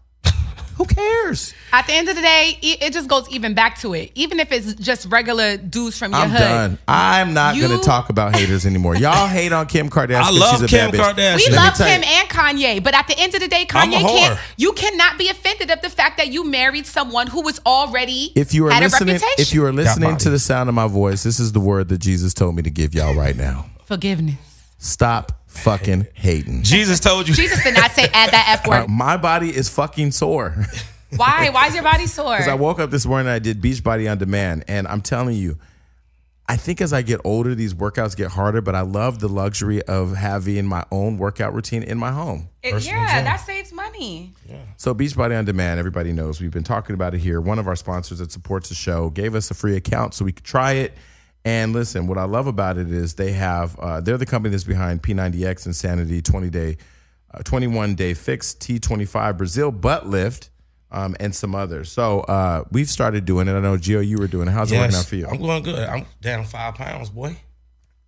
S1: Who cares?
S2: At the end of the day, it, it just goes even back to it. Even if it's just regular dudes from your
S1: I'm
S2: hood.
S1: done. I'm not
S2: You-
S1: gonna talk about haters anymore. Y'all hate on Kim Kardashian.
S3: I
S1: 'cause
S3: love
S1: she's a
S3: Kim
S1: bad bitch.
S3: Kardashian.
S2: We
S3: Let me
S2: love
S1: tell you-
S2: him and Kanye, but at the end of the day,
S3: I'm a
S2: Kanye can't.
S3: whore.
S2: You cannot be offended of the fact that you married someone who was already
S1: If you are
S2: had a
S1: listening,
S2: reputation.
S1: if you are listening
S3: body.
S1: to the sound of my voice, this is the word that Jesus told me to give y'all right now.
S2: Forgiveness.
S1: Stop fucking hating.
S3: Jesus told you.
S2: Jesus did not say add that F
S1: Uh,
S2: word.
S1: my body is fucking sore.
S2: Why? Why is your body sore?
S1: Because I woke up this morning and I did Beachbody on Demand, and I'm telling you, I think as I get older, these workouts get harder. But I love the luxury of having my own workout routine in my home.
S2: It-
S3: Personal
S2: yeah,
S3: gym.
S2: that saves money.
S1: So Beachbody on Demand, everybody knows we've been talking about it here. One of our sponsors that supports the show gave us a free account so we could try it. And listen, what I love about it is they have uh, they're the company that's behind P90X Insanity 20 day, uh, 21 day fix T25 Brazil butt lift. Um, and some others. So uh, we've started doing it. I know, Gio, you were doing it. How's it working out
S3: Yes.
S1: for you?
S3: I'm going good. I'm down five pounds, boy.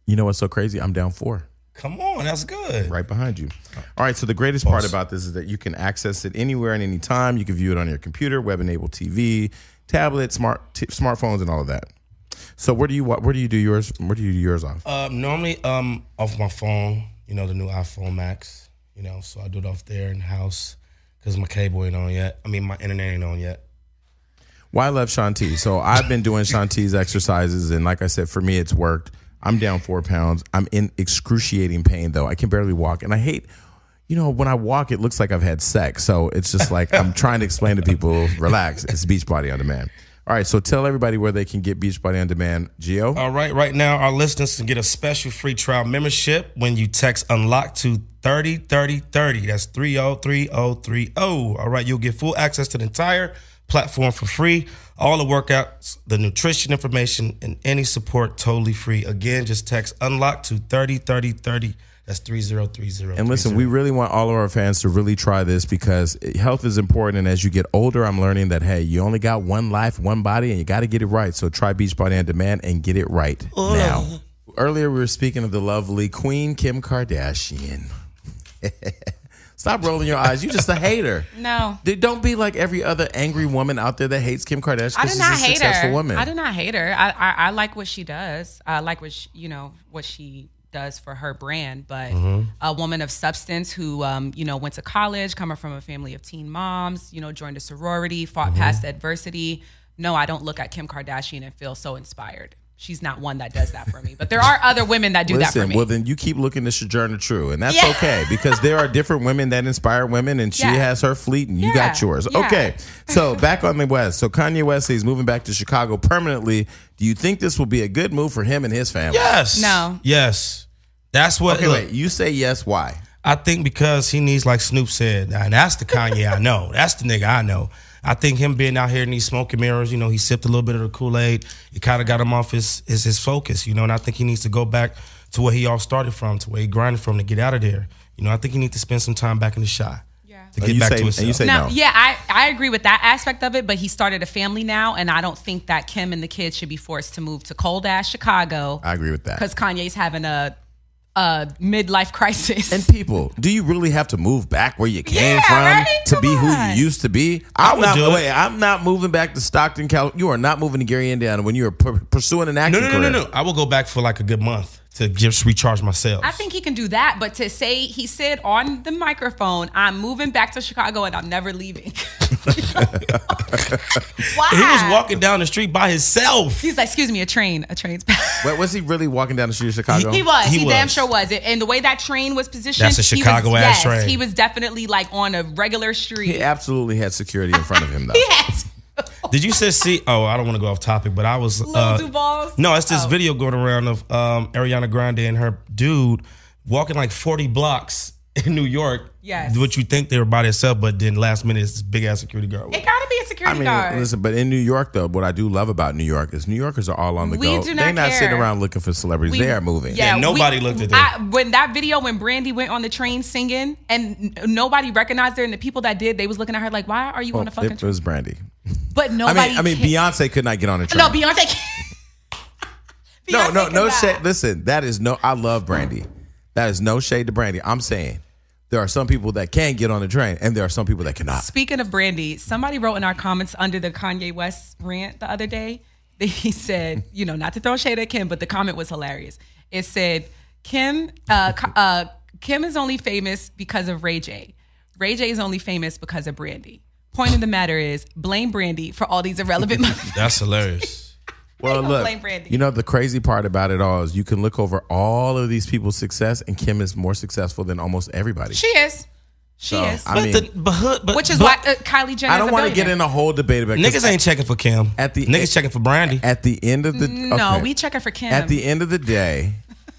S1: you know what's so crazy? I'm down four.
S3: Come on, that's good.
S1: right behind you. All right, so the greatest part about this is that you can access it anywhere and any time. You can view it on your computer, web-enabled TV, tablet, smart t- smartphones, and all of that. So where do you wa- where do you do yours? Where do you do yours off?
S3: Uh, normally, um, off my phone, you know, the new iPhone Max, you know, so I do it off there in the house because my cable ain't on yet. I mean, my internet ain't on yet.
S1: Why I love Shanti. So I've been doing Shanti's exercises, and like I said, for me it's worked. I'm down four pounds. I'm in excruciating pain though. I can barely walk, and I hate. You know, when I walk, it looks like I've had sex. So it's just like I'm trying to explain to people, relax. It's Beachbody on Demand. All right, so tell everybody where they can get Beachbody on Demand. Geo,
S3: All right, right now our listeners can get a special free trial membership when you text unlock to 303030. That's oh, 303030. oh. All right, you'll get full access to the entire platform for free. All the workouts, the nutrition information, and any support totally free. Again, just text unlock to 303030. That's 3030.
S1: And listen, we really want all of our fans to really try this because health is important. And as you get older, I'm learning that hey, you only got one life, one body, and you got to get it right. So try Beachbody on Demand and get it right
S2: Oh.
S1: now. Earlier, we were speaking of the lovely Queen Kim Kardashian. Stop rolling your eyes. You just a hater.
S2: No.
S1: Dude, Don't be like every other angry woman out there that hates Kim Kardashian.
S2: I
S1: 'cause
S2: do
S1: she's
S2: not
S1: a
S2: hate
S1: successful
S2: her.
S1: Woman.
S2: I do not hate her. I, I, I like what she does. I like what she, you know what she does for her brand. But
S1: Mm-hmm.
S2: a woman of substance who um, you know went to college, coming from a family of teen moms, you know joined a sorority, fought
S1: Mm-hmm.
S2: past adversity. No, I don't look at Kim Kardashian and feel so inspired. She's not one that does that for me. But there are other women that do that for
S1: Listen,
S2: me.
S1: well then you keep looking to Sojourner True, and that's
S2: Yeah.
S1: okay because there are different women that inspire women, and she
S2: Yeah.
S1: has her fleet, and you got
S2: Yeah.
S1: yours.
S2: Yeah.
S1: Okay, so back on the West. So Kanye West is moving back to Chicago permanently. Do you think this will be a good move for him and his family?
S3: Yes.
S2: No.
S3: Yes. That's what.
S1: Okay,
S3: look,
S1: wait. You say yes. Why?
S3: I think because he needs, like Snoop said, and that's the Kanye I know. That's the nigga I know. I think him being out here in these smoking mirrors, you know, he sipped a little bit of the Kool Aid. It kind of got him off his, his his focus, you know. And I think he needs to go back to where he all started from, to where he grinded from, to get out of there. You know, I think he needs to spend some time back in the shot.
S2: Yeah.
S3: To
S1: And
S3: get
S1: you
S3: back
S1: say-
S3: to
S1: and
S3: himself.
S1: you say-
S2: Now,
S1: no.
S2: yeah, I, I agree with that aspect of it, but he started a family now, and I don't think that Kim and the kids should be forced to move to cold ass Chicago.
S1: I agree with
S2: because
S1: that.
S2: Kanye's having a a midlife crisis.
S1: And people, do you really have to move back where you came
S2: Yeah,
S1: from
S2: right?
S1: to
S2: Come
S1: be who
S2: on.
S1: you used to be? I'm
S3: would
S1: not.
S3: do it.
S1: Wait, I'm not moving back to Stockton, California. You are not moving to Gary, Indiana, when you are p- pursuing an
S3: no,
S1: acting
S3: no, no, no,
S1: career.
S3: no. I will go back for like a good month to just recharge myself.
S2: I think he can do that, but to say he said on the microphone, "I'm moving back to Chicago and I'm never leaving." Why?
S3: he was walking down the street by himself.
S2: He's like, "Excuse me, a train, a train's back."
S1: Wait, was he really walking down the street of Chicago?
S2: He was.
S3: He
S2: He, damn
S3: was.
S2: sure was. It, and the way that train was positioned,
S3: That's a
S2: he was-
S3: Chicago
S2: yes,
S3: ass train.
S2: He was definitely like on a regular street.
S1: He absolutely had security in front of him, though.
S2: Yes.
S3: Did you just see? Oh, I don't want to go off topic, but I was. uh,
S2: Duval's?
S3: No, it's this
S2: Oh.
S3: video going around of um, Ariana Grande and her dude walking like 40 blocks in New York.
S2: Yes.
S3: What you think they were by themselves, but then last minute, it's this big ass security guard.
S2: It gotta be a
S1: I
S2: security
S1: mean,
S2: guard.
S1: listen, but in New York, though, what I do love about New York is New Yorkers are all on the
S2: We
S1: go.
S2: do
S1: They're
S2: not
S1: not
S2: care.
S1: sitting around looking for celebrities.
S2: We-
S1: they are moving.
S3: Yeah, nobody looked at that.
S2: I, when that video when Brandy went on the train singing and n- nobody recognized her, and the people that did, they was looking at her like, "Why are you
S1: Well,
S2: on a fucking?"
S1: Oh, it
S2: train?
S1: was Brandy.
S2: But
S1: I
S2: nobody.
S1: mean, I mean,
S2: ca-
S1: Beyonce could not get on a train.
S2: No, Beyonce. Can't.
S1: no,
S2: Beyonce
S1: no, no
S2: cannot.
S1: shade. Listen, that is no. I love Brandy. That is no shade to Brandy. I'm saying there are some people that can get on the train, and there are some people that cannot.
S2: Speaking of Brandy, somebody wrote in our comments under the Kanye West rant the other day that he said, you know, not to throw shade at Kim, but the comment was hilarious. It said, Kim, uh, Ka- uh, Kim is only famous because of Ray J. Ray J is only famous because of Brandy. Point of the matter is, blame Brandy for all these irrelevant. motherfuckers.
S3: That's hilarious.
S1: Well,
S2: gonna
S1: look,
S2: blame Brandy.
S1: you know, the crazy part about it all is you can look over all of these people's success, and Kim is more successful than almost everybody.
S2: She is. She
S1: So,
S2: is.
S1: I
S3: But
S1: mean,
S3: the, but, hood- but
S2: Which is
S3: but
S2: why uh, Kylie Jenner.
S1: I don't
S2: want to
S1: get in a whole debate about 'cause
S3: niggas ain't checking for Kim.
S1: At the-
S3: niggas checking for Brandy.
S1: At the end of the
S2: No,
S1: okay.
S2: we checking for Kim.
S1: At the end of the day,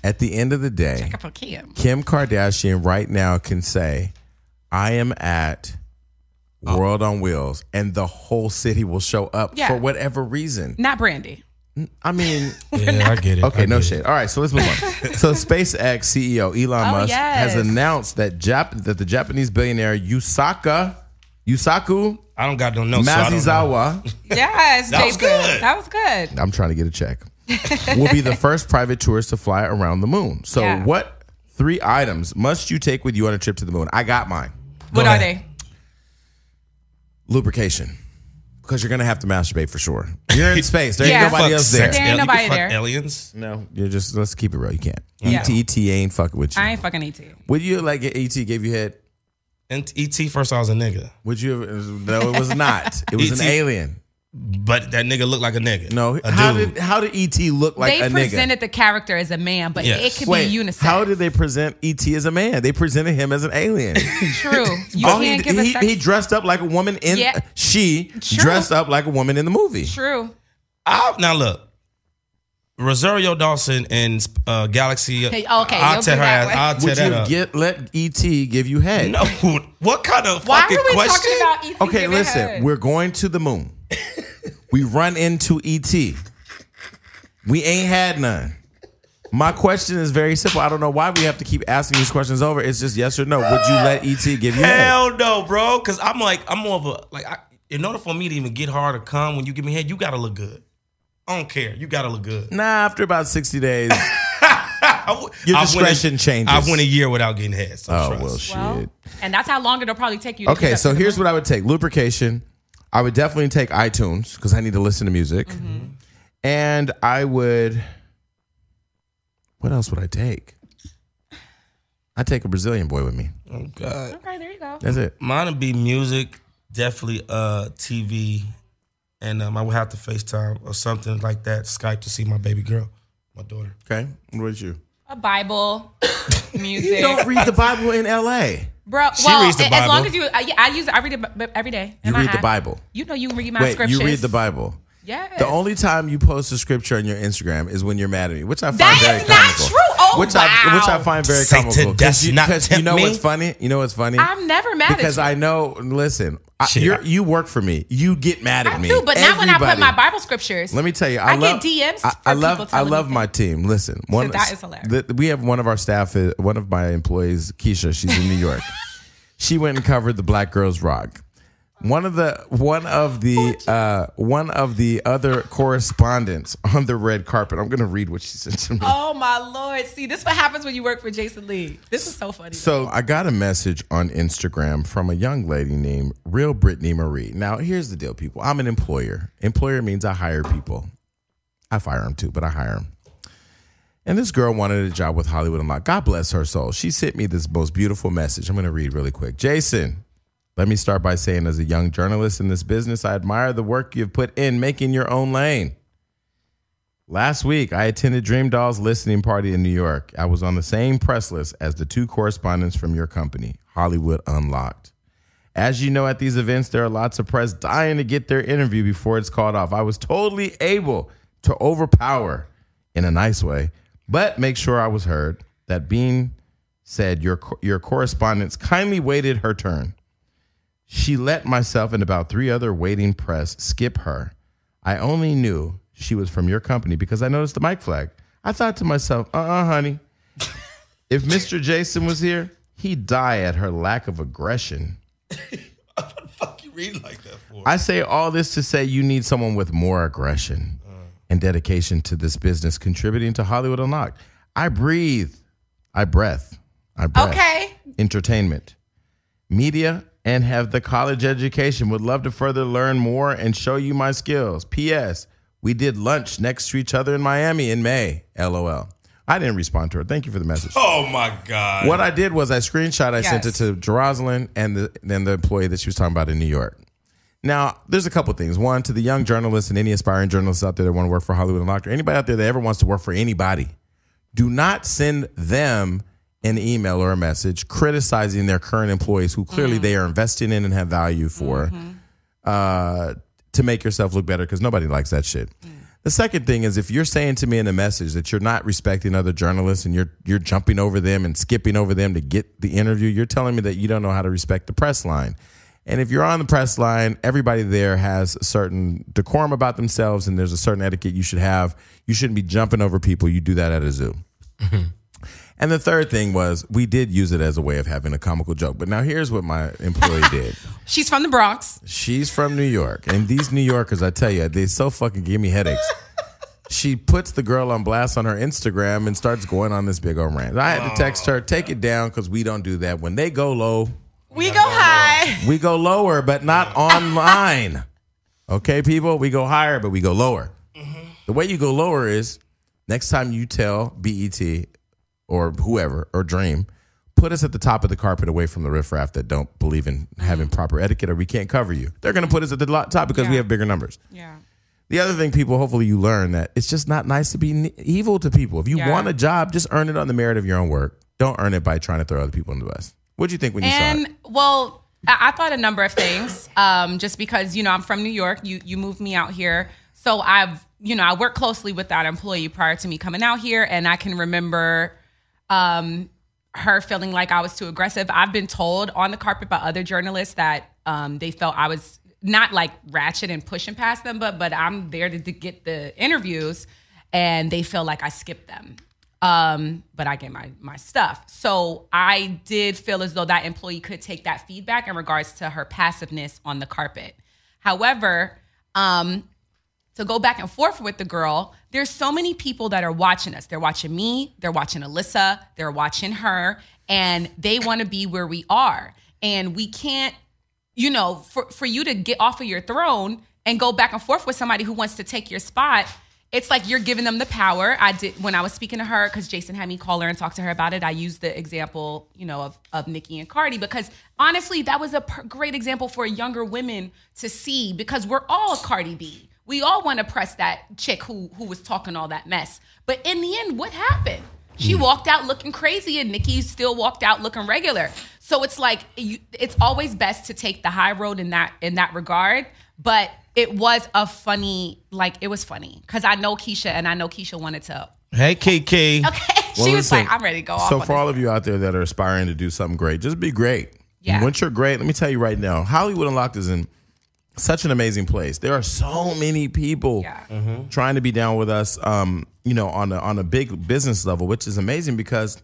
S1: at the end of the day,
S2: Checking for Kim.
S1: Kim Kardashian right now can say, "I am at World on Wheels," and the whole city will show up
S2: Oh. Yeah.
S1: for whatever reason.
S2: Not Brandy.
S1: I mean.
S3: yeah, I get it.
S1: Okay,
S3: I
S1: no
S3: get it.
S1: shit. All right, so let's move on. so SpaceX CEO Elon
S2: Oh,
S1: Musk
S2: yes.
S1: has announced that Jap- that the Japanese billionaire Yusaka Yusaku
S3: I don't got no notes. so I don't know.
S1: Mazizawa,
S2: Yes,
S3: That was
S2: Jason.
S3: good.
S2: That was good.
S1: I'm trying to get a check, will be the first private tourist to fly around the moon. So
S2: Yeah.
S1: what three items must you take with you on a trip to the moon? I got mine.
S2: What
S3: Go
S2: are
S3: ahead.
S2: they?
S1: Lubrication. Because you're gonna have to masturbate for sure. You're in space. There
S2: Yeah.
S1: ain't nobody
S3: Fuck
S1: else there.
S3: sex
S2: There ain't
S3: al- you can
S2: nobody
S3: fuck
S2: there.
S3: Aliens.
S1: No, you're just let's keep it real. You can't. E
S2: Yeah.
S1: ET, ET ain't fucking with you.
S2: I ain't fucking E ET.
S1: Would you like get ET gave you head?
S3: And ET first, I was a nigga,
S1: Would you? Have, no, it was not. It was an
S3: E.T..
S1: alien.
S3: but that nigga looked like a nigga.
S1: No,
S3: E a
S1: how
S3: dude.
S1: did how did ET look like
S2: they
S1: a nigga?
S2: presented the character as a man, but
S3: Yes.
S2: it could
S1: Wait,
S2: be unisex.
S1: how did they present ET as a man? They presented him as an alien.
S2: True. You
S1: All
S2: can't give a
S1: Oh, he,
S2: sex.
S1: he dressed up like a woman in
S2: Yeah.
S1: she
S2: True.
S1: dressed up like a woman in the movie.
S2: True.
S3: I, now look, Rosario Dawson and uh, Galaxy.
S2: Hey, okay,
S3: I'll
S2: you'll
S3: tear
S2: do
S3: her
S2: that
S3: ass.
S2: one.
S3: I'll tear
S1: Would
S3: that
S1: you
S3: up.
S1: get let ET give you head?
S3: no, what kind of
S2: Why are
S3: fucking
S2: we
S3: question?
S2: talking about E ET?
S1: Okay,
S2: giving
S1: listen.
S2: head?
S1: We're going to the moon. we run into ET. We ain't had none. My question is very simple. I don't know why we have to keep asking these questions over. It's just yes or no. Would you let ET give you head?
S3: Hell no, bro. Because I'm like, I'm more of a like. I, in order for me to even get hard or come when you give me head, you gotta look good. I don't care. You gotta look good.
S1: Nah, after about 60 days.
S3: I w-
S1: Your
S3: I went
S1: discretion
S3: a,
S1: changes.
S3: I went a year without getting head. So
S1: oh,
S3: trust.
S1: well, shit.
S2: Well, and that's how long it'll probably take you. To
S1: Okay, so here's what I would take lubrication. I would definitely take iTunes because I need to listen to music. And I would. What else would I take? I'd take a Brazilian boy with me.
S3: Oh, God.
S2: Okay, there you go.
S1: That's it.
S3: Mine would be music, definitely uh TV, and um, I would have to FaceTime or something like that, Skype to see my baby girl, my daughter.
S1: Okay. What about you?
S2: A Bible, music,
S1: Don't read the Bible in LA.
S2: bro.
S3: She
S2: well,
S3: reads the
S2: a- as long
S3: Bible.
S2: as you, I, yeah, I use, it. I read it b- b- every day.
S1: You
S2: in my
S1: read the
S2: eye.
S1: Bible.
S2: You know, you read my
S1: Wait,
S2: scriptures.
S1: you read the Bible.
S2: Yes.
S1: The only time you post a scripture on your Instagram is when you're mad at me, which I find
S2: That
S1: very
S2: is not
S1: comical.
S2: true. Oh,
S1: which I
S2: wow.
S1: which I find very
S3: Satan,
S1: comical. 'Cause
S3: does
S1: you,
S3: not
S1: 'cause you
S3: tempt
S1: know
S3: me.
S1: what's funny? You know what's funny?
S2: I'm never mad
S1: because
S2: at you.
S1: I know. Listen, I,
S3: Shit.
S1: you're, you work for me. You get mad at
S2: I
S1: me.
S2: do, but not when I put
S1: Everybody.
S2: my Bible scriptures.
S1: Let me tell you, I,
S2: I get
S1: love
S2: DMs
S1: I, I
S2: from
S1: love
S2: people
S1: I
S2: telling
S1: love
S2: me
S1: my team. Listen, one
S2: that is hilarious.
S1: th- we have one of our staff, uh, one of my employees, Keisha. She's in New York. she went and covered the Black Girls Rock. One of the one of the uh, one of the other correspondents on the red carpet. I'm going to read what she said to me.
S2: Oh my lord! See, this is what happens when you work for Jason Lee. This is so funny.
S1: So I got a message on Instagram from a young lady named Real Brittany Marie. Now here's the deal, people. I'm an employer. Employer means I hire people. I fire them too, but I hire them. And this girl wanted a job with Hollywood Unlocked. God bless her soul. She sent me this most beautiful message. I'm going to read really quick. Jason, let me start by saying, as a young journalist in this business, I admire the work you've put in making your own lane. Last week, I attended Dream Dolls listening party in New York. I was on the same press list as the two correspondents from your company, Hollywood Unlocked. As you know, at these events, there are lots of press dying to get their interview before it's called off. I was totally able to overpower in a nice way, but make sure I was heard. That being said, your, co- your correspondents kindly waited her turn. She let myself and about three other waiting press skip her. I only knew she was from your company because I noticed the mic flag. I thought to myself, uh uh honey, if Mr. Jason was here, he'd die at her lack of aggression.
S3: Fuck you reading like that for?
S1: I say all this to say you need someone with more aggression
S3: Uh.
S1: and dedication to this business, contributing to Hollywood Unlocked. I breathe, I breath, I breath.
S2: Okay.
S1: Entertainment, media, and have the college education. Would love to further learn more and show you my skills. P.S. We did lunch next to each other in Miami in May. LOL. I didn't respond to her. Thank you for the message.
S3: oh my god!
S1: What I did was I screenshot, I sent it
S2: Yes.
S1: to Jerusalem and the, then the employee that she was talking about in New York. Now, there's a couple things. One, to the young journalists and any aspiring journalists out there that want to work for Hollywood Unlocked, or anybody out there that ever wants to work for anybody, do not send them an email or a message criticizing their current employees who clearly they are invested in and have value for uh, to make yourself look better because nobody likes that shit. The second thing is if you're saying to me in a message that you're not respecting other journalists and you're you're jumping over them and skipping over them to get the interview, you're telling me that you don't know how to respect the press line. And if you're on the press line, everybody there has a certain decorum about themselves and there's a certain etiquette you should have. You shouldn't be jumping over people. You do that at a zoo. And the third thing was we did use it as a way of having a comical joke. But now here's what my employee did.
S2: She's from the Bronx.
S1: She's from New York, and these New Yorkers, I tell you, they so fucking give me headaches. She puts the girl on blast on her Instagram and starts going on this big old rant. I had to text her, take it down, because we don't do that. When they go low,
S2: We go high.
S1: we go lower, but not online. Okay, people, we go higher, but we go lower.
S2: Mm-hmm.
S1: The way you go lower is next time you tell BET or whoever or Dream, put us at the top of the carpet away from the riffraff that don't believe in
S2: Mm-hmm.
S1: having proper etiquette or we can't cover you. They're going to put us at the lo- top because we have bigger numbers.
S2: Yeah.
S1: The other thing, people, hopefully you learn that it's just not nice to be ne- evil to people. If you
S2: Yeah.
S1: want a job, just earn it on the merit of your own work. Don't earn it by trying to throw other people in the bus. What'd you think when you saw it?
S2: And well, I, I thought a number of things. Um, just because you know I'm from New York, you you moved me out here, so I've you know I worked closely with that employee prior to me coming out here, and I can remember. Um, her feeling like I was too aggressive. I've been told on the carpet by other journalists that um, they felt I was not like ratchet and pushing past them, but but I'm there to, to get the interviews, and they feel like I skipped them. Um, but I get my my stuff. So I did feel as though that employee could take that feedback in regards to her passiveness on the carpet. However, um, to go back and forth with the girl, there's so many people that are watching us. They're watching me, they're watching Alyssa, they're watching her, and they want to be where we are. And we can't, you know, for, for you to get off of your throne and go back and forth with somebody who wants to take your spot, it's like you're giving them the power. I did when I was speaking to her, because Jason had me call her and talk to her about it. I used the example, you know, of, of Nikki and Cardi, because honestly, that was a per- great example for younger women to see because we're all Cardi B we all want to press that chick who who was talking all that mess. But in the end, what happened? She
S1: Hmm.
S2: walked out looking crazy, and Nikki still walked out looking regular. So it's like you, it's always best to take the high road in that in that regard. But it was a funny, like it was funny because I know Keisha, and I know Keisha wanted to.
S3: Hey, Kiki.
S2: Okay, she
S1: Well,
S2: was
S1: listen,
S2: like, "I'm ready to go off."
S1: So
S2: on
S1: for
S2: this.
S1: all of you out there that are aspiring to do something great, just be great.
S2: Yeah.
S1: Once you're great, let me tell you right now, Hollywood Unlocked is in such an amazing place. There are so many people
S2: Yeah.
S1: trying to be down with us, um, you know, on a, on a big business level, which is amazing because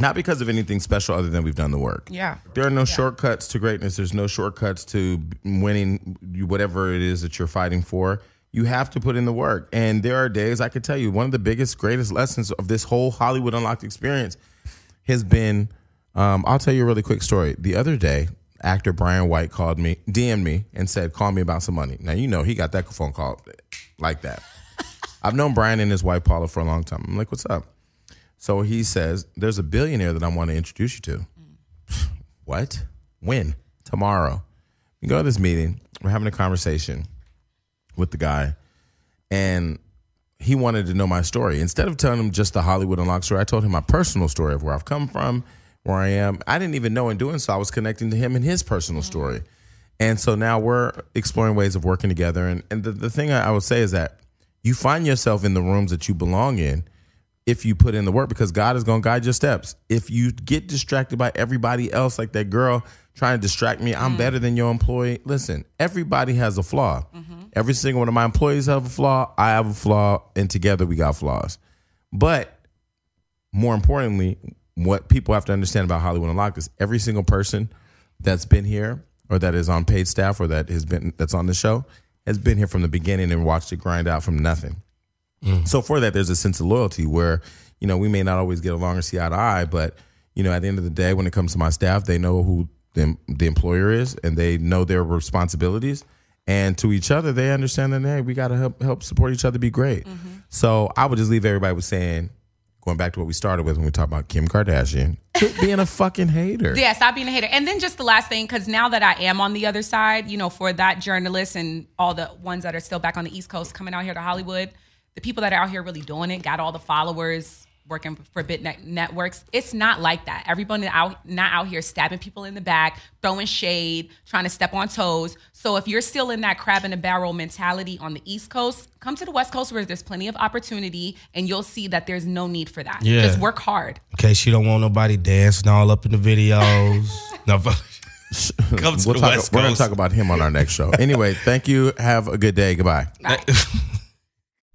S1: not because of anything special other than we've done the work.
S2: yeah,
S1: There are no shortcuts to greatness. There's no shortcuts to winning you- whatever it is that you're fighting for. You have to put in the work. And there are days I could tell you one of the biggest, greatest lessons of this whole Hollywood Unlocked experience has been. Um, I'll tell you a really quick story. The other day, actor Brian White called me, DM'd me, and said, "Call me about some money." Now you know he got that phone call like that. I've known Brian and his wife Paula for a long time. I'm like, "What's up?" So he says, "There's a billionaire that I want to introduce you to." what? When? Tomorrow. We go to this meeting. We're having a conversation with the guy, and he wanted to know my story. Instead of telling him just the Hollywood Unlocked story, I told him my personal story of where I've come from, where I am. I didn't even know in doing so, I was connecting to him and his personal story. And so now we're exploring ways of working together. And, and the, the thing I I would say is that you find yourself in the rooms that you belong in if you put in the work because God is going to guide your steps. If you get distracted by everybody else, like that girl trying to distract me, I'm better than your employee. Listen, everybody has a flaw. Every single one of my employees have a flaw. I have a flaw, and together we got flaws. But more importantly, what people have to understand about Hollywood Unlocked is every single person that's been here or that is on paid staff or that has been that's on the show has been here from the beginning and watched it grind out from nothing. So for that, there's a sense of loyalty where you know we may not always get along or see eye to eye, but you know at the end of the day, when it comes to my staff, they know who the, the employer is and they know their responsibilities. And to each other, they
S3: Mm-hmm.
S1: understand that hey, we got to help help support each other, be great. So I would just leave everybody with saying, going back to what we started with when we talk about Kim Kardashian, quit being a fucking hater.
S2: Yeah, stop being a hater. And then just the last thing, because now that I am on the other side, you know, for that journalist and all the ones that are still back on the East Coast coming out here to Hollywood, the people that are out here really doing it, got all the followers working for big net- networks. It's not like that. Everyone out not out here stabbing people in the back, throwing shade, trying to step on toes. So if you're still in that crab in a barrel mentality on the East Coast, come to the West Coast where there's plenty of opportunity and you'll see that there's no need for that.
S3: Yeah.
S2: Just work hard.
S3: In case you don't want nobody dancing all up in the videos. no, but- come to
S1: We'll
S3: the
S1: talk-
S3: West
S1: We're going
S3: Coast.
S1: to talk about him on our next show. Anyway, thank you. Have a good day. Goodbye.